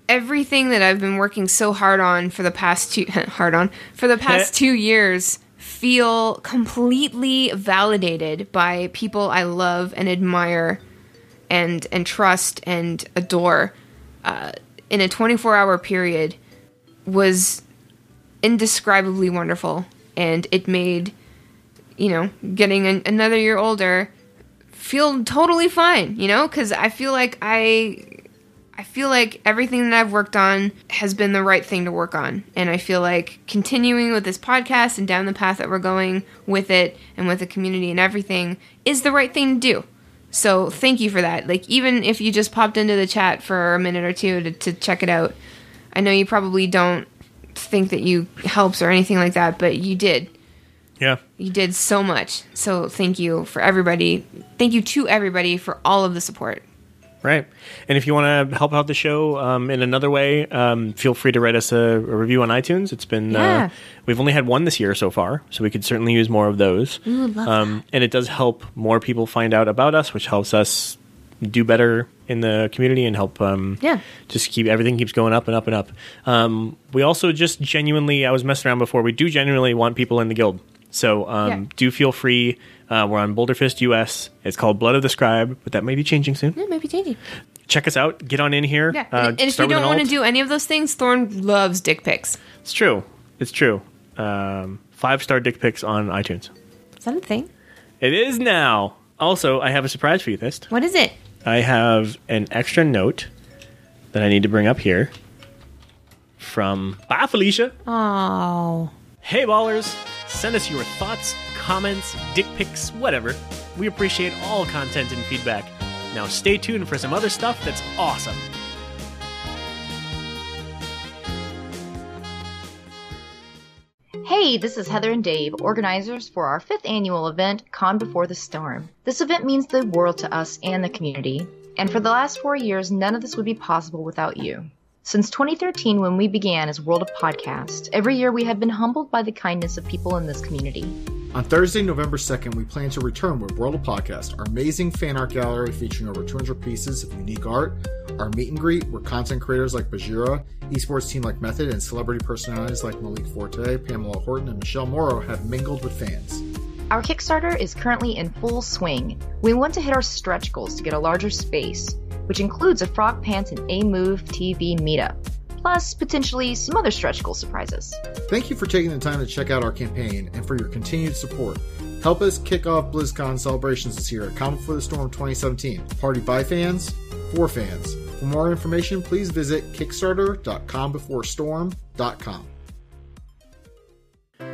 [SPEAKER 3] everything that I've been working so hard on for the past two *laughs* hard on for the past two years feel completely validated by people I love and admire and and trust and adore uh, in a 24 hour period was indescribably wonderful and it made you know getting an, another year older feel totally fine you know because i feel like i i feel like everything that i've worked on has been the right thing to work on and i feel like continuing with this podcast and down the path that we're going with it and with the community and everything is the right thing to do so thank you for that like even if you just popped into the chat for a minute or two to, to check it out i know you probably don't think that you helped or anything like that, but you did.
[SPEAKER 2] Yeah.
[SPEAKER 3] You did so much. So thank you for everybody. Thank you to everybody for all of the support.
[SPEAKER 2] Right. And if you want to help out the show um, in another way, um, feel free to write us a, a review on iTunes. It's been,
[SPEAKER 3] Yeah.
[SPEAKER 2] uh, we've only had one this year so far, so we could certainly use more of those. um, And it does help more people find out about us, which helps us do better in the community and help um,
[SPEAKER 3] Yeah.
[SPEAKER 2] just keep everything keeps going up and up and up. Um, we also just genuinely, I was messing around before. We do genuinely want people in the guild, so um,
[SPEAKER 3] Yeah.
[SPEAKER 2] do feel free. Uh, we're on Boulder Fist US. It's called Blood of the Scribe, but that may be changing soon.
[SPEAKER 3] It might be changing.
[SPEAKER 2] Check us out. Get on in here.
[SPEAKER 3] Yeah.
[SPEAKER 2] Uh,
[SPEAKER 3] and, and if you
[SPEAKER 2] start with
[SPEAKER 3] don't
[SPEAKER 2] an
[SPEAKER 3] want to
[SPEAKER 2] alt.
[SPEAKER 3] do any of those things, Thorn loves dick pics.
[SPEAKER 2] it's true. It's true. Um, five star dick pics on iTunes.
[SPEAKER 3] Is that a thing?
[SPEAKER 2] It is now. Also, I have a surprise for you, Thist.
[SPEAKER 3] What is it?
[SPEAKER 2] I have an extra note that I need to bring up here from Bye Felicia.
[SPEAKER 3] Oh.
[SPEAKER 2] Hey ballers, send us your thoughts, comments, dick pics, whatever. We appreciate all content and feedback. Now stay tuned for some other stuff that's awesome.
[SPEAKER 6] Hey, this is Heather and Dave, organizers for our fifth annual event, Con Before the Storm. This event means the world to us and the community, and for the last four years, none of this would be possible without you. Since 2013, when we began as World of Podcast, every year we have been humbled by the kindness of people in this community.
[SPEAKER 7] On Thursday, November 2nd, we plan to return with World of Podcast, our amazing fan art gallery featuring over 200 pieces of unique art, our meet and greet where content creators like Bajira, esports team like Method, and celebrity personalities like Malik Forte, Pamela Horton, and Michelle Morrow have mingled with fans.
[SPEAKER 6] Our Kickstarter is currently in full swing. We want to hit our stretch goals to get a larger space, which includes a Frog Pants and A Move TV meetup, plus potentially some other stretch goal surprises.
[SPEAKER 7] Thank you for taking the time to check out our campaign and for your continued support. Help us kick off BlizzCon celebrations this year at Comic for the Storm 2017. Party by fans, for fans. For more information, please visit kickstarter.combeforestorm.com.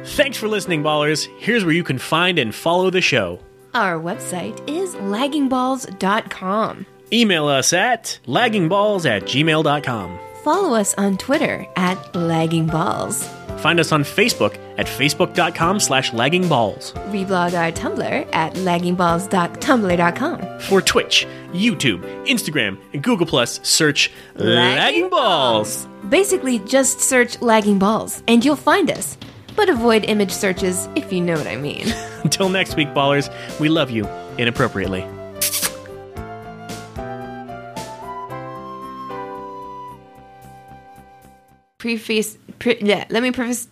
[SPEAKER 2] Thanks for listening, ballers. Here's where you can find and follow the show.
[SPEAKER 3] Our website is laggingballs.com.
[SPEAKER 2] Email us at laggingballs at gmail.com.
[SPEAKER 3] Follow us on Twitter at laggingballs.
[SPEAKER 2] Find us on Facebook at facebook.com slash laggingballs.
[SPEAKER 3] Reblog our Tumblr at laggingballs.tumblr.com.
[SPEAKER 2] For Twitch, YouTube, Instagram, and Google Plus, search Lagging
[SPEAKER 3] Lagging
[SPEAKER 2] Balls.
[SPEAKER 3] Basically, just search lagging balls and you'll find us. But avoid image searches if you know what I mean. *laughs*
[SPEAKER 2] Until next week, ballers, we love you inappropriately.
[SPEAKER 3] Preface. Pre, yeah, let me preface.